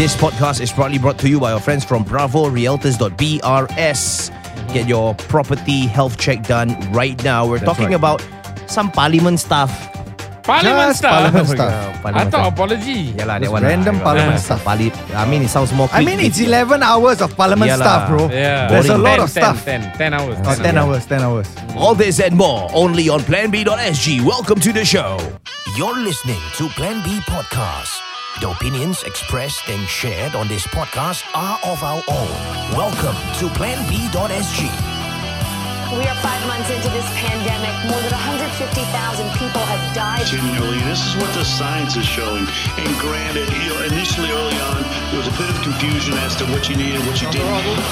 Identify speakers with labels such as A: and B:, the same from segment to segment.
A: This podcast is proudly brought to you by our friends from Bravo BRS. Get your property health check done right now. We're
B: That's
A: talking
B: right.
A: about some parliament stuff.
C: Parliament
B: Just
C: stuff.
B: Parliament stuff.
A: Uh,
C: I
A: parliament
C: thought
A: stuff.
C: apology.
A: Yeah lah, that
B: Just
A: one lah.
B: random
A: Yeah.
B: parliament
A: Yeah.
B: stuff.
A: Parli- I mean, it sounds more.
B: I
A: quick.
B: mean, it's 11 hours of parliament
A: Yeah
B: stuff,
A: lah.
B: bro.
C: Yeah.
B: There's a
A: Boring.
B: lot
C: 10,
B: of stuff.
C: 10, 10, 10 hours.
B: Oh, 10 hours, 10 hours.
A: All this and more only on PlanB.sg. Welcome to the show. You're listening to Plan B Podcast. The opinions expressed and shared on this podcast are of our own. Welcome to PlanB.sg.
D: We are five months into this pandemic. More than 150,000 people have died.
E: continually. This is what the science is showing. And granted, you know, initially early on, there was a bit of confusion as to what you needed, what you didn't.
F: demanded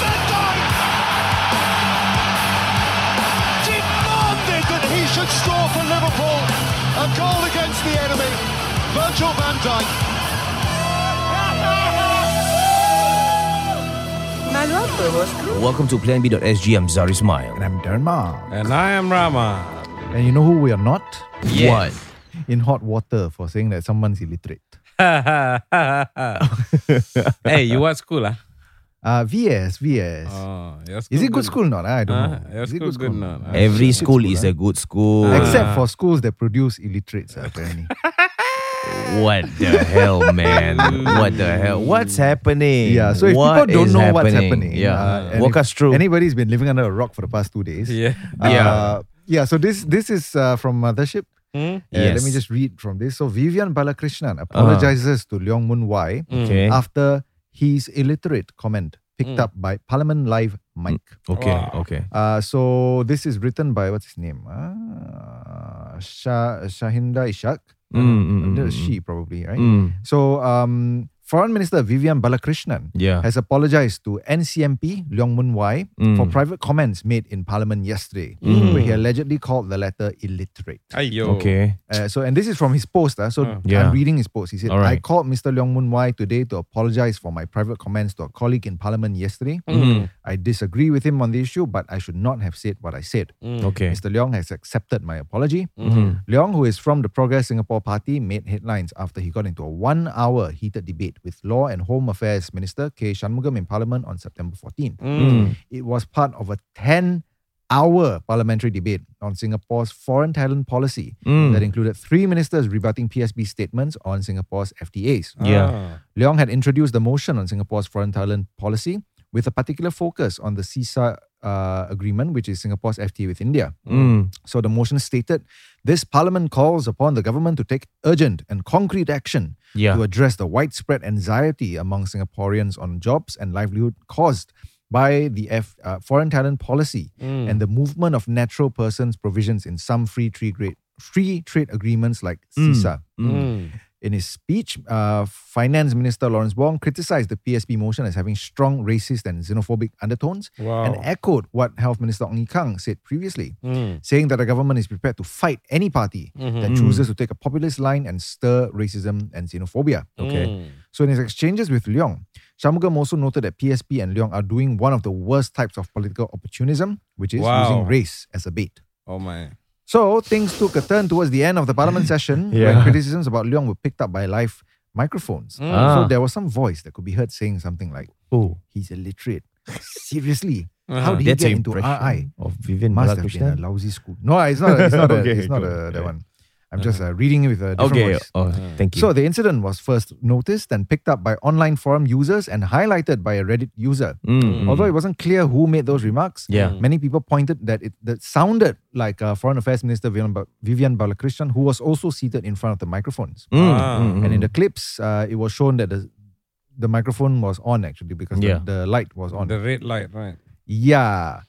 F: that he should score for Liverpool. A goal against the enemy. Virgil van Dijk.
A: Welcome to PlanB.sg. I'm Zari Smile.
B: And I'm Dharma.
C: And I am Rama.
B: And you know who we are not?
A: Yes.
B: In hot water for saying that someone's illiterate.
C: hey, you what school, ah?
B: Uh, VS, VS.
C: Oh, your
B: is it good
C: school?
B: school or not? I don't
C: Ah,
B: know.
C: your
B: Is it
C: school good not? Ah.
A: Every
B: Is it
A: school
B: good
A: is
B: ah?
A: a good school.
B: Except for schools that produce illiterates, ah, apparently.
A: What the hell, man? what the hell? What's happening?
B: yeah, so if
A: What
B: people don't
A: is
B: know what's happening, uh,
A: yeah, Mm.
B: and
A: walk
B: if
A: us through.
B: Anybody's been living under a rock for the past two days.
C: Yeah.
A: Yeah.
B: Uh, yeah, so this this is uh, from Mothership.
C: Hmm?
B: Uh, Let
A: Yes.
B: me
A: Uh-huh.
B: just read from this. So Vivian Balakrishnan apologizes to Leong Mun Wai
A: Hmm. okay. Hmm.
B: after his illiterate comment picked up by Parliament Live Mike.
A: okay,
C: Wow.
A: okay.
B: Uh, so this is written by what's his name? Uh, Shah, Shahinda Ishak.
A: Mm, mm,
B: Uh,
A: mm,
B: She probably, right?
A: Mm,
B: So um, Foreign Minister Vivian Balakrishnan
A: yeah.
B: has apologized to NCMP Leong Mun Wai
A: Mm.
B: for private comments made in Parliament yesterday, where he allegedly called the letter illiterate.
C: Ayo.
A: Okay.
B: Uh, so, and this is from his post. Uh, so,
C: Ah.
A: Yeah.
B: I'm reading his post. He said,
A: Alright.
B: I called Mr. Leong Mun Wai today to apologize for my private comments to a colleague in Parliament yesterday. I disagree with him on the issue, but I should not have said what I said.
A: Okay.
B: Mr. Leong Mm. has accepted my apology. Leong, who is from the Progress Singapore Party, made headlines after he got into a one hour heated debate with Law and Home Affairs Minister K. Shanmugam in Parliament on September 14. It was part of a 10 hour parliamentary debate on Singapore's foreign talent policy that included three ministers rebutting PSB statements on Singapore's FTAs.
C: Ah.
A: Yeah.
B: Leong had introduced the motion on Singapore's foreign talent policy with a particular focus on the CISA uh, agreement, which is Singapore's FTA with India.
A: Mm.
B: So the motion stated this parliament calls upon the government to take urgent and concrete action
A: Yeah.
B: to address the widespread anxiety among Singaporeans on jobs and livelihood caused by the F, uh, foreign talent policy
A: Mm.
B: and the movement of natural persons provisions in some free trade grade- free trade agreements like
A: Mm.
B: CISA.
C: Hmm.
B: In his speech, uh, Finance Minister Lawrence Wong criticized the PSP motion as having strong racist and xenophobic undertones
C: Wow. Hmm.
B: and echoed what Health Minister Ong Ye Kang said previously, saying that the government is prepared to fight any party
C: Mm-hmm.
B: that chooses to take a populist line and stir racism and xenophobia. Hmm.
A: Okay.
B: So in his exchanges with Leong, Shamugam also noted that PSP and Leong are doing one of the worst types of political opportunism, which is
C: Wow.
B: using race as a bait.
C: Oh, my.
B: So things took a turn towards the end of the parliament session
A: Yeah.
B: when criticisms about Leong were picked up by live microphones.
A: Ah.
B: So there was some voice that could be heard saying something like,
A: Oh,
B: he's illiterate. Seriously, how
C: Uh-huh.
B: did he
A: that's
B: get
A: an
B: into RI?
A: impression of Vivian
B: Must have been a
A: Balakrishnan.
B: lousy school. No, it's not. A, it's not. A,
A: Okay,
B: it's not
A: cool.
B: a, that
A: Yeah. Uh-huh.
B: one. I'm just uh, reading it with a different
A: Okay.
B: voice. Mm.
A: Oh, thank you.
B: So the incident was first noticed and picked up by online forum users and highlighted by a Reddit user.
A: Mm, mm.
B: Although it wasn't clear who made those remarks,
A: Yeah.
B: many people pointed that it that sounded like uh, Foreign Affairs Minister Vivian, ba- Vivian Balakrishnan, who was also seated in front of the microphones.
A: Mm,
C: Ah.
A: mm, mm.
B: And in the clips, uh, it was shown that the the microphone was on actually because
A: Yeah.
B: the, the light was
A: mm.
B: on.
C: The red light, right?
B: Yeah.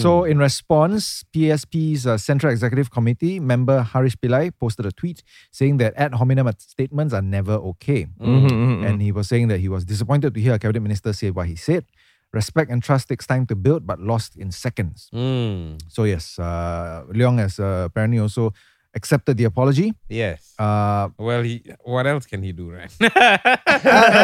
B: So, in response, PSP's uh, Central Executive Committee member Harish Pillai posted a tweet saying that ad hominem statements are never okay.
A: Mhm, mhm, mhm.
B: And he was saying that he was disappointed to hear a cabinet minister say what he said. Respect and trust takes time to build, but lost in seconds.
C: Hmm.
B: So, yes, uh, Leong has uh, apparently also accepted the apology.
C: Yes.
A: Ah.
B: Uh,
C: well, he. What else can he do, right?
B: I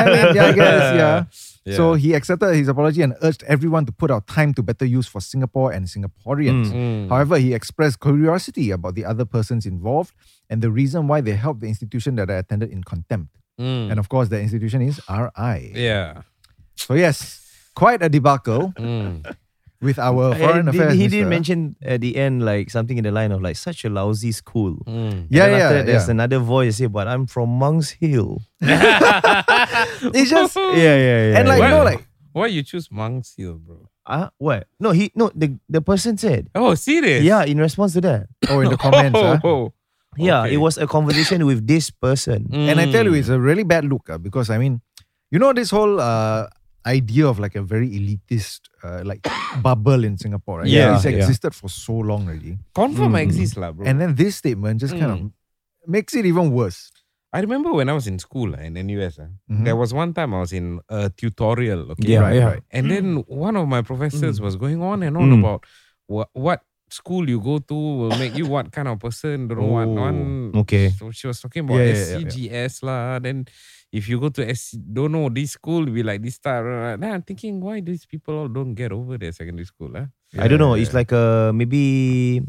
B: mean, yeah, I guess, yeah.
C: Yeah.
B: So he accepted his apology and urged everyone to put our time to better use for Singapore and Singaporeans.
A: Mm,
B: However, he expressed curiosity about the other persons involved and the reason why they held the institution that I attended in contempt.
A: Mm.
B: And of course, the institution is RI.
C: Yeah.
B: So, yes, quite a debacle
A: Mm.
B: with our foreign
A: Uh, did-
B: affairs.
A: he did
B: minister.
A: mention at the end like something in the line of like such a lousy school. And
B: Yeah,
A: then
B: yeah,
A: after that, There's
B: yeah.
A: another voice say, but I'm from Monk's Hill. it's just yeah, yeah, yeah.
B: And like,
C: Why-
B: you know, like,
C: why you choose Monk's Hill, bro?
A: uh, what? No, he no the the person said.
C: Oh, serious?
A: Yeah, in response to that.
B: oh, in the comments. ah.
C: Oh,
A: Yeah,
C: Okay. Hmm.
A: it was a conversation with this person.
B: And I tell you, it's a
A: Hmm.
B: really bad look ah, because I mean, you know, this whole uh, idea of like a very elitist uh, like bubble in Singapore, right?
A: Yeah,
B: it's
A: yeah.
B: existed for so long already.
C: confirm
B: Mm.
C: exists, lah, bro.
B: And then this statement just
A: Hmm.
B: kind of makes it even worse.
C: I remember when I was in school uh, in NUS, uh, there was one time I was in a tutorial. Okay,
A: Yeah,
B: Mm-hmm. right,
A: yeah.
B: right.
C: And then one of my professors was going on and on
A: Mm.
C: about what what school you go to will make you what kind of person. Don't know what
B: Oh,
C: one.
A: okay.
C: So she was talking about
B: Yeah, yeah, yeah, yeah.
C: SCGS lah. Then if you go to S, don't know this school will be like this type. blah, blah, blah. Then I'm thinking why these people all don't get over their secondary school, eh? lah.
A: I don't know. It's like a maybe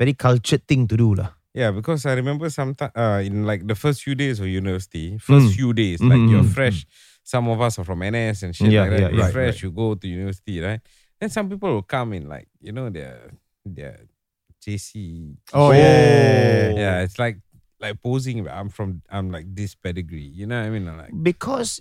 A: very cultured thing to do lah.
C: Yeah, because I remember sometime uh, in like the first few days of university, first few days, like you're
A: Mhm.
C: fresh. Some of us are from NS and shit
A: Yeah,
C: like that.
A: yeah,
C: you're
A: yeah. Right,
C: fresh, you go to university, right? Then some people will come in like, you know, their their JC.
B: Oh, yeah, yeah, yeah,
C: Yeah, it's like like posing I'm from I'm like this pedigree. You know what I mean? I'm like
A: Because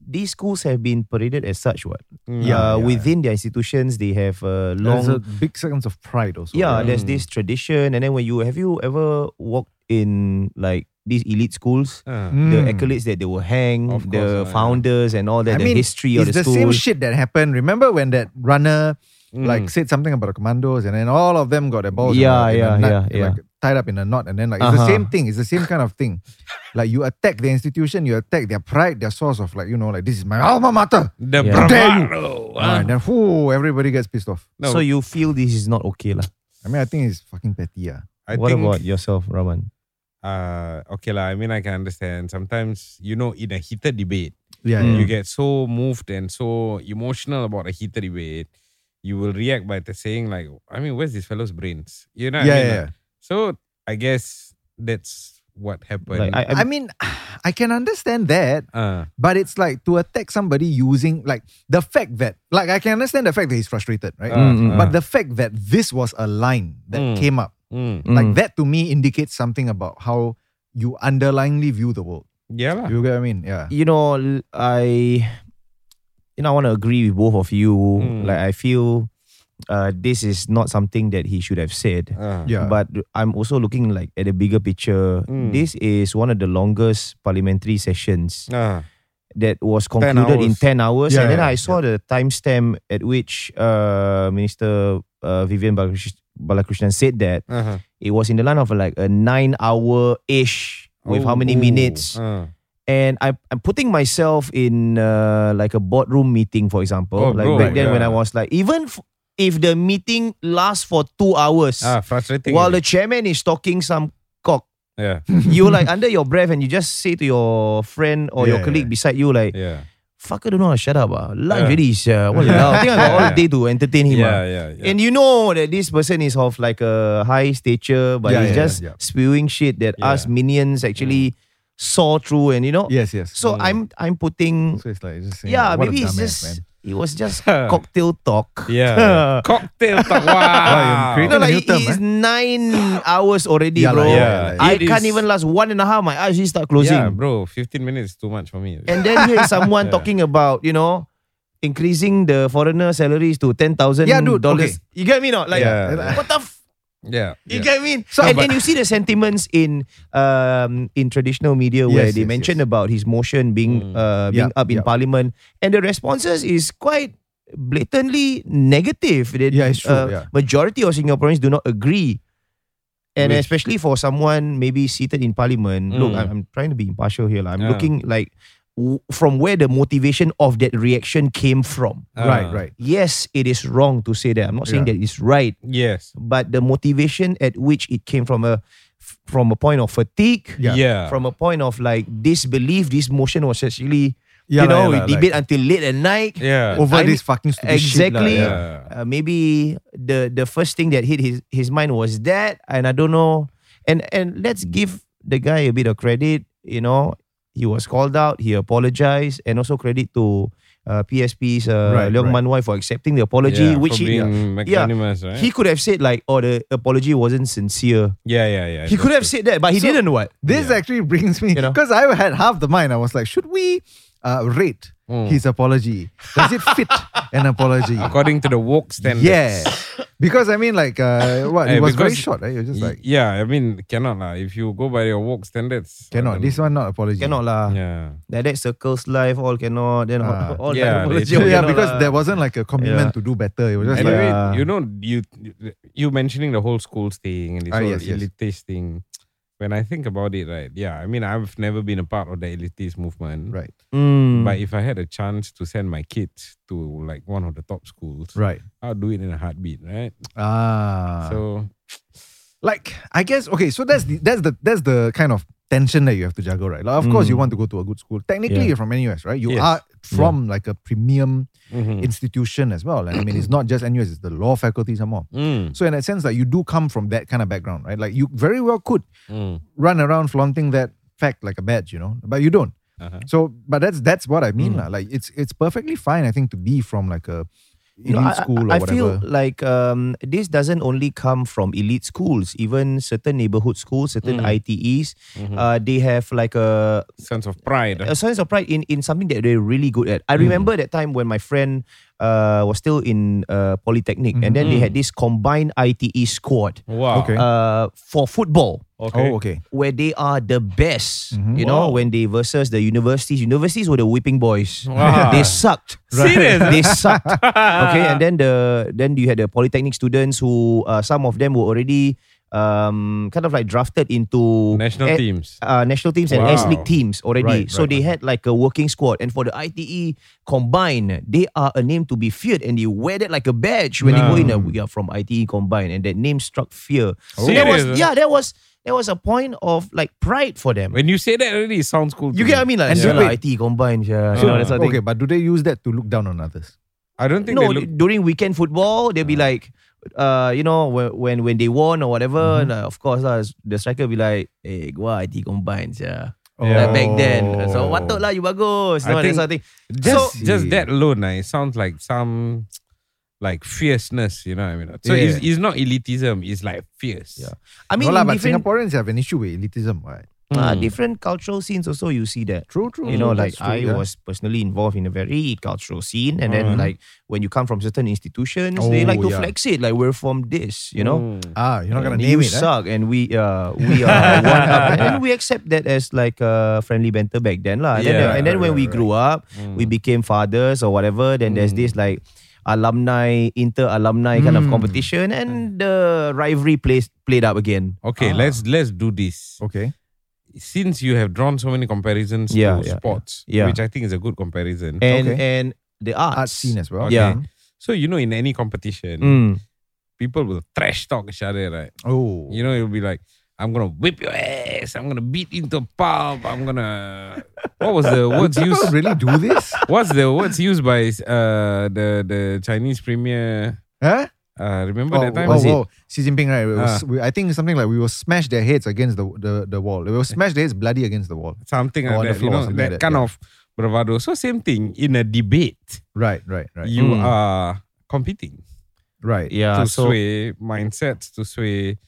A: these schools have been paraded as such, what?
C: mm,
A: uh, within their institutions they have a long
B: There's a Mm. big sense of pride also.
A: yeah
B: right?
A: there's this tradition and then when you have you ever walked in like these elite schools
C: uh,
A: the
B: Mm.
A: accolades that they will hang
C: Of
A: the
C: course, yeah.
A: founders and all that
B: I
A: the
B: mean,
A: history
B: it's
A: of the,
B: the
A: school
B: same shit that happened. Remember when that runner like
C: mm.
B: said something about the commandos and then all of them got their balls
A: Yeah,
B: in a- in a
A: yeah,
B: nut,
A: yeah,
B: like, tied up in a knot and then like it's the
A: Uh-huh.
B: same thing. It's the same kind of thing. like you attack the institution, you attack their pride, their source of like you know like this is my alma mater.
C: the
A: Yeah.
B: Dare you.
C: bravado. uh.
B: Ah, and then whoo, everybody gets pissed off.
C: No,
A: so you feel this is not okay lah.
B: I mean, I think it's fucking petty. Yeah.
C: I
A: what
C: think,
A: about yourself Raman
C: uh okay lah, I mean I can understand. Sometimes, you know, in a heated debate.
B: Yeah,
A: Mm.
C: you get so moved and so emotional about a heated debate, you will react by the saying like, I mean, where's this fellow's brains? You know?
B: yeah,
C: what
B: yeah.
C: I mean?
B: yeah,
C: Like, So I guess that's what happened.
A: like, I,
B: I mean, I can understand that,
C: uh,
B: but it's like to attack somebody using like the fact that like I can understand the fact that he's frustrated, right?
C: uh,
A: Mm, mm.
B: But
C: uh,
B: the fact that this was a line that
C: Mm.
B: came up,
C: mm.
B: like
A: Mm.
B: that to me indicates something about how you underlyingly view the world.
C: yeah, lah.
B: You get what I mean? Yeah.
A: you know l- I you know I want to agree with both of you
C: Mm.
A: like I feel uh, this is not something that he should have said
C: Uh,
B: Yeah.
A: But I'm also looking like at the bigger picture.
C: Mm.
A: This is one of the longest parliamentary sessions
C: uh,
A: that was concluded in
C: hours.
A: 10 hours.
B: Yeah,
A: and then
B: yeah,
A: I saw the timestamp at which uh, Minister uh, Vivian Balakrish- Balakrishnan said that
C: uh-huh.
A: it was in the line of like a nine hour ish with how
C: Oh,
A: many
C: oh,
A: minutes.
C: uh.
A: and I, I'm putting myself in uh, like a boardroom meeting, for example.
C: Oh,
A: like
C: bro,
A: back then when I
C: yeah.
A: was like, even f- if the meeting lasts for two hours.
C: Ah, frustrating.
A: While the
C: eh?
A: chairman is talking some cock,
C: yeah,
A: you like under your breath and you just say to your friend or your
B: Yeah,
A: colleague beside you like,
C: yeah,
A: fucker don't know how to shut up ah. Lunch
C: Yeah.
A: already sia. Walao. I think I got all
C: Yeah.
A: day to entertain him
C: yeah,
A: ah."
C: yeah, yeah.
A: And you know that this person is of like a high stature but
B: Yeah,
A: he's
B: yeah,
A: just
B: yeah. Mm.
A: spewing shit that
C: Yeah.
A: us minions actually saw through and you know.
B: yes, yes.
A: So I'm I'm putting
B: so it's like just saying,
A: yeah,
B: what a
A: maybe it's
B: dumbass,
A: just
B: man.
A: it was just cocktail talk.
C: yeah. Cocktail talk. Wow.
A: No,
B: creating- Think a
A: like
B: new
A: it
B: term,
A: it is nine hours already,
B: Yeah,
A: bro.
B: like,
C: yeah, like,
A: I
C: it
A: can't
C: is-
A: even last one and a half. My eyes just start closing.
C: yeah, bro. 15 minutes is too much for me.
A: And then here is someone
C: Yeah.
A: talking about you know increasing the foreigner salaries to ten thousand
B: Yeah, dude, okay.
A: dollars. You get me not? Like
C: Yeah, yeah.
A: what the. F-
C: yeah,
A: you
C: yeah.
A: get me?
B: So-
A: and
B: but-
A: then you see the sentiments in um in traditional media where
B: Yes,
A: they
B: yes,
A: mention
B: yes.
A: about his motion being
C: Mm.
A: uh being
B: Yeah,
A: up in
B: yeah.
A: parliament and the responses is quite blatantly negative. That,
B: Yeah, it's true, yeah.
A: Majority of Singaporeans do not agree. And
C: Which-
A: especially for someone maybe seated in parliament, look,
C: Mm.
A: I'm, I'm trying to be impartial here. lah. I'm
C: Yeah.
A: looking like w- from where the motivation of that reaction came from.
C: Uh,
B: right, right.
A: Yes, it is wrong to say that. I'm not saying
B: Ah. Yeah.
A: that it's right
C: Yes.
A: but the motivation at which it came from a from a point of fatigue
B: Yeah.
C: yeah.
A: from a point of like disbelief this motion was actually
B: Yeah,
A: you
B: lah,
A: know
B: yeah,
A: we
B: lah,
A: debate until late at night
C: yeah.
B: Over
A: I'm-
B: this fucking stupid
A: exactly
B: shit. lah, yeah.
C: yeah.
A: uh, maybe the the first thing that hit his his mind was that and i don't know and and let's give the guy a bit of credit you know He was called out. He apologized, and also credit to uh, PSP's uh,
B: Right,
A: Leong
B: right.
A: Man Wai for accepting the apology,
C: yeah,
A: which
C: for
A: he,
C: being
A: yeah,
C: magnanimous, right?
A: he could have said like, "Oh, the apology wasn't sincere."
C: yeah, yeah, yeah.
A: He could have said that, but he didn't. What?
B: This actually brings me
A: You know?
B: because I had half the mind. I was like, should we uh, rate his apology? Does it fit an apology?
C: according to the woke standards.
B: Yeah, because I mean, like, uh, what it
C: Eh,
B: was very
C: because-
B: short, right? You're just
C: Y-
B: like,
C: yeah, I mean, cannot lah. If you go by your woke standards, I
B: cannot.
C: don't-
B: This one not apology.
A: Cannot lah.
C: Yeah,
A: Like that circles life all cannot. Then all-
B: Ah.
A: all,
C: Yeah,
A: that apology,
C: they-
A: all
B: yeah,
A: cannot
B: because
A: lah.
B: there wasn't like a commitment to do better. It was just
C: anyway,
B: like,
A: uh,
C: you know, you you mentioning the whole schools thing and this
B: Ah,
C: whole
B: yes, yes.
C: elitist thing. When I think about it, right? Yeah, I mean, I've never been a part of the elitist movement,
B: right,
A: Mm.
C: But if I had a chance to send my kids to like one of the top schools,
B: right.
C: I'll do it in a heartbeat, right?
B: Ah,
C: so
B: like I guess okay. So that's the that's the that's the kind of tension that you have to juggle, right? Like, of course, you want to go to a good school. Technically,
A: Mm. Yeah.
B: you're from NUS, right? You
C: Yes.
B: are from like a premium
A: Mm.
C: Mhm.
B: institution as well. And I mean, it's not just NUS; it's the law faculty some more.
C: Mm,
B: So in that sense, like you do come from that kind of background, right? Like you very well could
C: mm.
B: run around flaunting that fact like a badge, you know, but you don't.
C: Uh-huh.
B: So, but that's that's what
A: Mm.
B: I mean, lah. Like it's it's perfectly fine, I think, to be from like a
A: You
B: elite
A: know, I- I-
B: school or
A: I,
B: whatever.
A: feel like um, this doesn't only come from elite schools. Even certain neighborhood schools, certain
B: Mm.
A: ITEs,
B: Mm-hmm.
A: uh, they have like a
C: Sense of pride.
A: a sense of pride in, in something that they're really good at. I
B: Mm.
A: remember that time when my friend uh, was still in uh, Polytechnic, and then
B: Mm-hmm.
A: they had this combined ITE squad
C: Wow.
B: Okay.
A: uh, for football.
C: Okay.
B: Oh,
C: Mm-hmm.
B: okay.
A: Where they are the best, you know,
C: Wow.
A: when they versus the universities. Universities were the whipping boys.
C: Wow.
A: They sucked.
C: Serious?
A: they sucked. Okay, and then the then you had the polytechnic students who uh, some of them were already um, kind of like drafted into
C: National
A: eh,
C: teams.
A: uh, national teams and
C: Wow.
A: S League teams already.
B: Right,
A: so
B: right,
A: they had like a working squad. And for the ITE combined, they are a name to be feared and they wear that like a badge when they go in. uh, we are from ITE combined. And that name struck fear. So that was,
C: Serious, eh?
A: yeah, that was that was a point of like pride for them.
C: When you say that already, it sounds cool. to
A: you
C: me.
A: get what I mean? Like,
B: And
A: yeah.
B: do-
A: lah, ITE combined. Yeah, you know,
C: Uh,
A: that sort of
B: Okay,
A: thing.
B: but do they use that to look down on others?
C: I don't think
A: no,
C: they look.
A: during weekend football, they'll be like, uh, you know, when when, when they won or whatever, like, of course, lah, the striker will be like, hey, gua IT combines, E yeah. Like back then.
B: Oh.
A: So what lah you bagus.
C: I
A: No, that
C: think-
A: sort of thing.
C: Just,
B: So-
C: just that alone, uh, it sounds like some like fierceness. You know what I mean? So it's, it's not elitism. It's like fierce.
A: Yeah. I mean,
B: no
A: in
B: lah, but
A: different,
B: Singaporeans have an issue with elitism, right?
A: uh, different cultural scenes also you see that.
B: True, true.
A: You know, like
B: that's true,
A: I
B: yeah. Hmm.
A: was personally involved in a very cultural scene, and then like when you come from certain institutions, they
B: Oh,
A: like to
B: yeah.
A: flex it, like we're from this, you know.
B: Ah, you're not gonna
A: And
B: name
A: you
B: it. eh?
A: suck, and we uh we are one up, and then we accept that as like a friendly banter back then, lah. And then,
C: Yeah,
A: and then when we
B: right, Mm.
A: grew up, we became fathers or whatever. Then there's this like alumni inter alumni kind of
B: Mm.
A: competition, and the rivalry plays played up again.
C: Okay, let's let's do this.
B: Okay.
C: Since you have drawn so many comparisons
A: Yeah,
C: to
A: yeah,
C: sports,
A: yeah.
C: which I think is a good comparison.
A: and
B: Okay.
A: and the arts.
B: Art scene as well.
C: Okay.
A: Yeah.
C: so you know, in any competition,
A: Mm.
C: people will trash talk each other, right?
B: Oh.
C: You know, it'll be like, I'm gonna whip your ass. I'm gonna beat into a pulp. I'm gonna. What was the words
B: Do people
C: used?
B: really do this?
C: What's the words used by uh, the the Chinese premier?
B: huh?
C: Uh, remember
B: Oh,
C: that time?
B: oh, oh, Xi Jinping, right? We will
C: Ah.
B: s- we- I think something like we will smash their heads against the, the, the wall. We will smash their heads bloody against the wall.
C: Something
B: Or Oh, on
C: like
B: the
C: that. You
B: floor,
C: know,
B: something
C: that
B: like that,
C: kind
B: yeah.
C: of bravado. So same thing in a debate,
B: Right, right, right. Hmm. Ah,
C: you
A: Mm.
C: are competing
B: right.
A: Yeah.
C: to
A: so
C: sway mindsets, to sway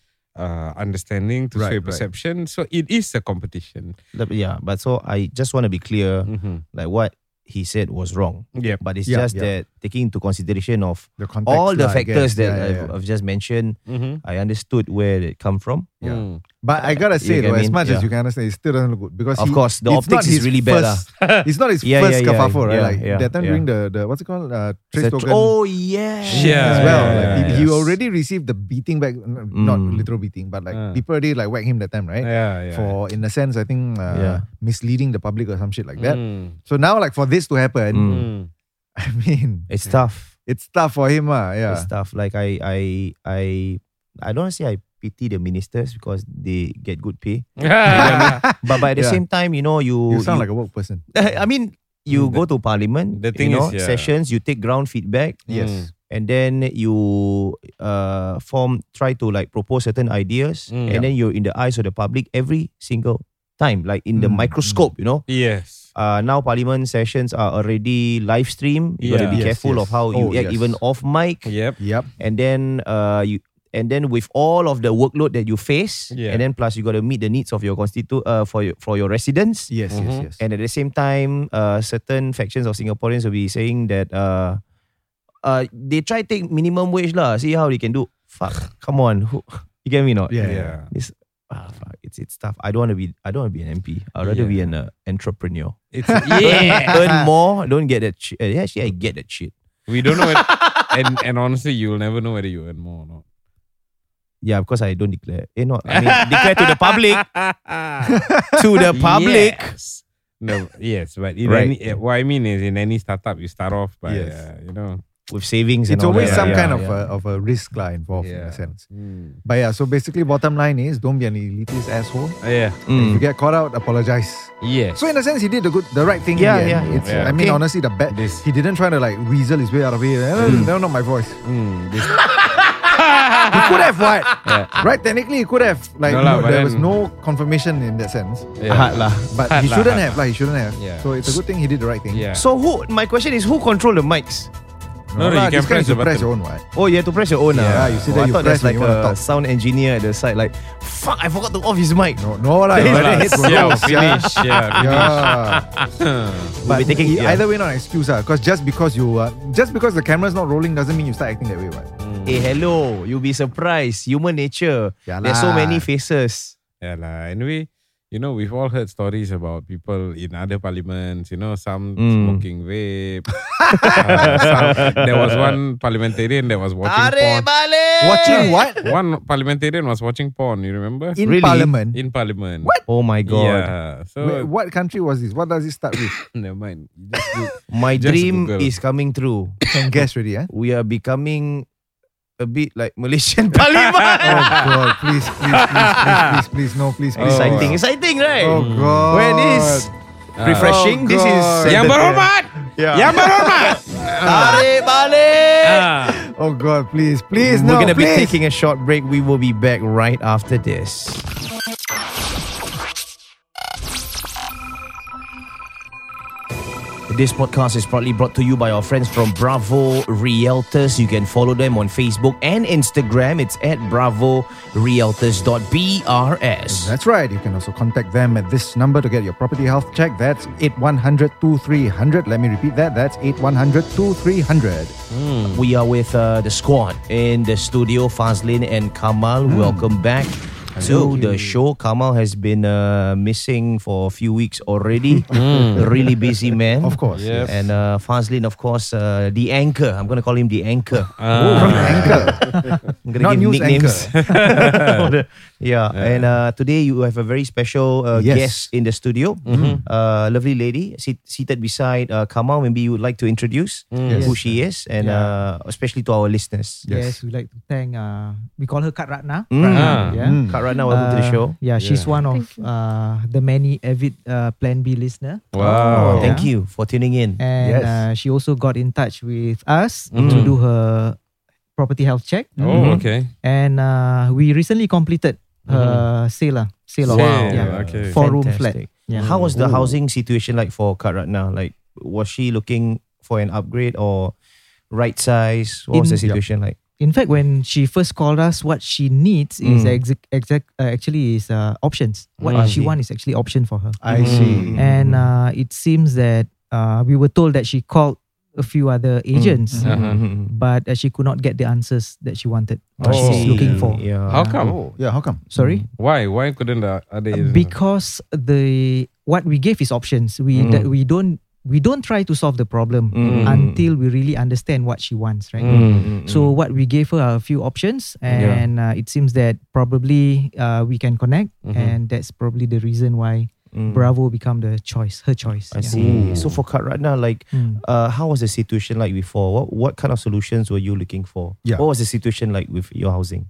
C: uh, understanding, to
B: Right,
C: sway
B: right.
C: perception. So it is a competition.
A: the- yeah, but so I just want to be clear,
B: Mm-hmm.
C: Mhm.
A: like what he said was wrong.
C: Yeah.
A: But it's
B: Mm. Yeah,
A: just
B: yeah.
A: that taking into consideration of
B: The context
A: all the
B: lah, I guess.
A: factors that
B: Yeah, yeah,
A: I've,
B: yeah.
A: I've just mentioned,
B: Mm-hmm.
C: Mhm.
A: I understood where it come from.
B: Yeah.
C: Mm.
B: But I gotta
A: You
B: say,
A: get
B: though,
A: what I
B: as
A: mean?
B: much as
A: Yeah.
B: you can understand, it still doesn't look good because
A: Of
B: he-
A: course, the
B: it's not
A: optics is
B: his
A: really bad lah.
B: first- It's not his
A: Yeah,
B: first
A: yeah, yeah,
B: kerfuffle, right?
A: yeah,
B: like
A: yeah,
B: that time
A: yeah.
B: during the, the what's it called, uh,
A: Is
B: Trace
A: that tr-
B: Token
A: oh yeah,
C: Yeah,
B: as well. like,
C: yeah, yeah,
B: he,
C: yeah.
B: he already received the beating back, n- not
A: Mm.
B: literal beating, but like
C: Ah.
B: people already like whack him that time, right?
C: Yeah, yeah.
B: For in a sense, I think uh,
A: Yeah.
B: misleading the public or some shit like that.
C: Mm.
B: So now, like for this to happen,
A: Mm.
C: Mm.
B: I mean,
A: It's tough.
B: it's tough for him, uh, yeah.
A: It's tough. Like I, I, I, I don't wanna say I pity the ministers because they get good pay,
C: Mm.
A: but by the
B: Yeah.
A: same time, you know, you
B: you sound
A: you-
B: like a work person.
A: Eh, I mean, you
C: Mm,
A: go to parliament,
C: the thing
A: you know,
C: is, yeah. Mm.
A: sessions, you take ground feedback,
B: Yes.
A: and then you uh form try to like propose certain ideas,
C: Mm.
A: and then you're in the eyes of the public every single time, like in the
B: Mm,
A: microscope, you know.
C: Yes.
A: Uh, now parliament sessions are already live stream. You gotta
C: Yeah.
A: be
B: Yes,
A: careful
B: yes.
A: of how you
B: Oh,
A: act,
B: yes.
A: even off mic.
C: Yep.
B: Yep.
A: And then uh you and then with all of the workload that you face,
C: Yeah.
A: and then plus you gotta meet the needs of your constitu uh for your for your residents.
B: Yes, yes,
C: Mhm.
B: yes.
A: Mm-hmm. And at the same time, uh, certain factions of Singaporeans will be saying that uh, uh, they try take minimum wage lah. See how they can do. Fuck, come on, who, you get me not?
B: Yeah.
C: Yeah.
A: This, ah, fuck, it's it's tough. I don't want to be. I don't want to be an MP. I'd rather be an uh, entrepreneur.
C: It's yeah.
A: Earn more. Don't get that shit. Uh, Actually, I get that shit.
C: we don't know, whether, and and honestly, you'll never know whether you earn more or not.
A: Yeah, because I don't declare. Eh, no, I mean declare to the public. To the public.
C: Yes. No, yes, but in
A: Right.
C: any, eh, what I mean is, in any startup, you start off by,
B: Yes.
C: uh, you know,
A: With savings and
B: It's
A: all
B: always
A: that.
B: some
A: Yeah,
B: kind of
A: yeah.
B: a of a risk lah involved in a
C: Yeah.
B: sense.
C: mm,
B: But yeah, so basically bottom line is don't be an elitist asshole.
C: yeah,
B: If you
A: Mm.
B: get caught out, apologize.
C: yes.
B: So in a sense, he did the good, the right thing. in
A: Yeah,
B: the end.
A: yeah.
B: It's,
C: Yeah.
B: I mean,
A: Okay.
B: honestly, the bad.
C: This- Hmm.
B: He didn't try to like weasel his way out of it. No, no, no, not my voice. He
C: Mm, this-
B: could have what?
C: Yeah.
B: Right? Technically, he could have like
C: No lah,
B: no-
C: but
B: there was
C: then-
B: no confirmation in that sense.
C: yeah.
A: Hard lah.
B: But
C: Hard
B: he
C: lah,
B: shouldn't
C: hard
B: have. Like he shouldn't have.
C: Yeah.
B: So it's a good thing he did the right thing.
C: Yeah.
A: So who? My question is, who control the mics?
C: No, no,
B: lah,
C: you can
B: this guy
C: press
B: you
C: the
B: press your
C: button.
B: own right.
A: Oh, you have to press your own.
B: Yeah,
A: ah.
B: you
A: oh,
B: sit there,
A: I
B: you
A: thought
B: press
A: there's like
B: when you
A: a
B: wanna talk.
A: sound engineer at the side. Like, fuck, I forgot to off his mic.
B: No, no lah.
A: No
B: your
A: lah,
B: head will
C: yeah,
B: go, sia.
C: finish. Yeah,
B: Yeah.
A: We'll be
B: but
A: taking-
B: e-
A: yeah.
B: either way, not an excuse, Because just because you, uh, just because the camera's not rolling, doesn't mean you start acting that way, right?
A: Hey, eh, hello. You'll be surprised. Human nature.
B: Yeah
A: There's so
B: lah.
A: many faces.
C: Yeah, lah. Anyway, you know, we've all heard stories about people in other parliaments, you know, some
A: Mm.
C: smoking vape. Uh, some- there was one parliamentarian that was watching porn.
A: balik.
B: Watching what
C: One parliamentarian was watching porn, you remember?
B: in
A: Really?
B: Parliament?
C: In parliament.
A: Oh my god.
C: Yeah. So,
B: Wait, what country was this? What does it start with?
C: never mind. You just do-
A: My
C: Just
A: dream
C: Google.
A: is coming true.
B: Can guess already, eh?
A: We are becoming a bit like Malaysian parliament.
B: Oh god, please, please, please, please, please, please, no, please,
C: Oh.
B: please.
A: Exciting. Exciting, right?
B: Oh
C: Mm.
B: god.
A: When Hmm. is refreshing?
B: Oh,
A: this is
B: God.
C: Ah. Yang
A: Saturday.
C: berhormat! Yang berhormat!
A: Tarik balik.
C: Ah.
B: Oh god, please, please, no.
A: We're gonna be
B: please.
A: taking a short break. We will be back right after this. This podcast is proudly brought to you by our friends from Bravo Realtors. You can follow them on Facebook and Instagram. It's at Bravo Realtors.brs.
B: That's right. You can also contact them at this number to get your property health check. That's 8100 2300. Let me repeat that. That's 8100 2300.
A: We are with uh, the squad in the studio, Fazlin and Kamal.
B: Hmm.
A: Welcome back to the show. Kamal has been uh, missing for a few weeks already. Really busy man.
B: Hmm. Of course.
C: Yep.
B: yes.
A: And uh, Fazlin, of course, uh, the anchor. I'm going to call him the anchor.
B: From Anchor.
A: I'm going to
B: Not
A: give him
B: news
A: nicknames.
B: anchor.
A: yeah. And uh, today you have a very special uh,
B: Yes. Mm-hmm.
A: guest in the studio. Uh, lovely lady sit, seated beside uh, Kamal. Maybe you would like to introduce who she is and uh, especially to our listeners.
B: Yes.
G: Yes. we'd like to thank. Uh, we call her Kat Ratna.
C: Ah.
G: Yeah.
B: Mm.
A: Kak Ratna, welcome to the
G: Uh,
A: show.
G: Yeah, she's one of uh, the many avid uh, Plan B listener,
C: Wow.
G: Oh.
A: Thank you for tuning in.
G: and
B: Yes.
G: uh, she also got in touch with us to do her property health check,
B: Mm-hmm.
C: Oh, okay.
G: and uh, we recently completed her sale lah, sale of
C: Sale,
G: yeah,
C: okay.
G: four room flat.
A: Fantastic.
G: Yeah.
A: How was the housing situation like for Kak Ratna? Like, was she looking for an upgrade or right size? What was
G: In-
A: the situation like?
G: In fact, when she first called us, what she needs is exact, exact uh, actually is uh, options. What
A: Mm. I see.
G: she wants is actually option for her.
B: I
A: Mm.
B: see.
A: Mm-hmm.
G: and uh, it seems that uh, we were told that she called a few other
A: Mm.
G: agents,
C: Uh-huh.
A: Uh-huh.
B: Mm-hmm.
G: but uh, she could not get the answers that she wanted
C: Oh.
G: or she's looking for.
A: Yeah.
C: How come?
B: Oh, yeah, how come?
G: Sorry,
C: Why? Why couldn't the
A: Uh,
C: other agent-
G: because the what we gave is options. We that we don't we don't try to solve the problem
A: Mm. Mm-hmm.
G: until we really understand what she wants, right? So what we gave her are a few options, and uh, it seems that probably uh, we can connect,
A: Mm-hmm.
G: and that's probably the reason why Bravo become the choice, her choice.
A: Mm. I
G: yeah.
A: see. So for Kak Ratna, like,
G: Mm.
A: uh, how was the situation like before? What what kind of solutions were you looking for?
B: Yeah.
A: What was the situation like with your housing?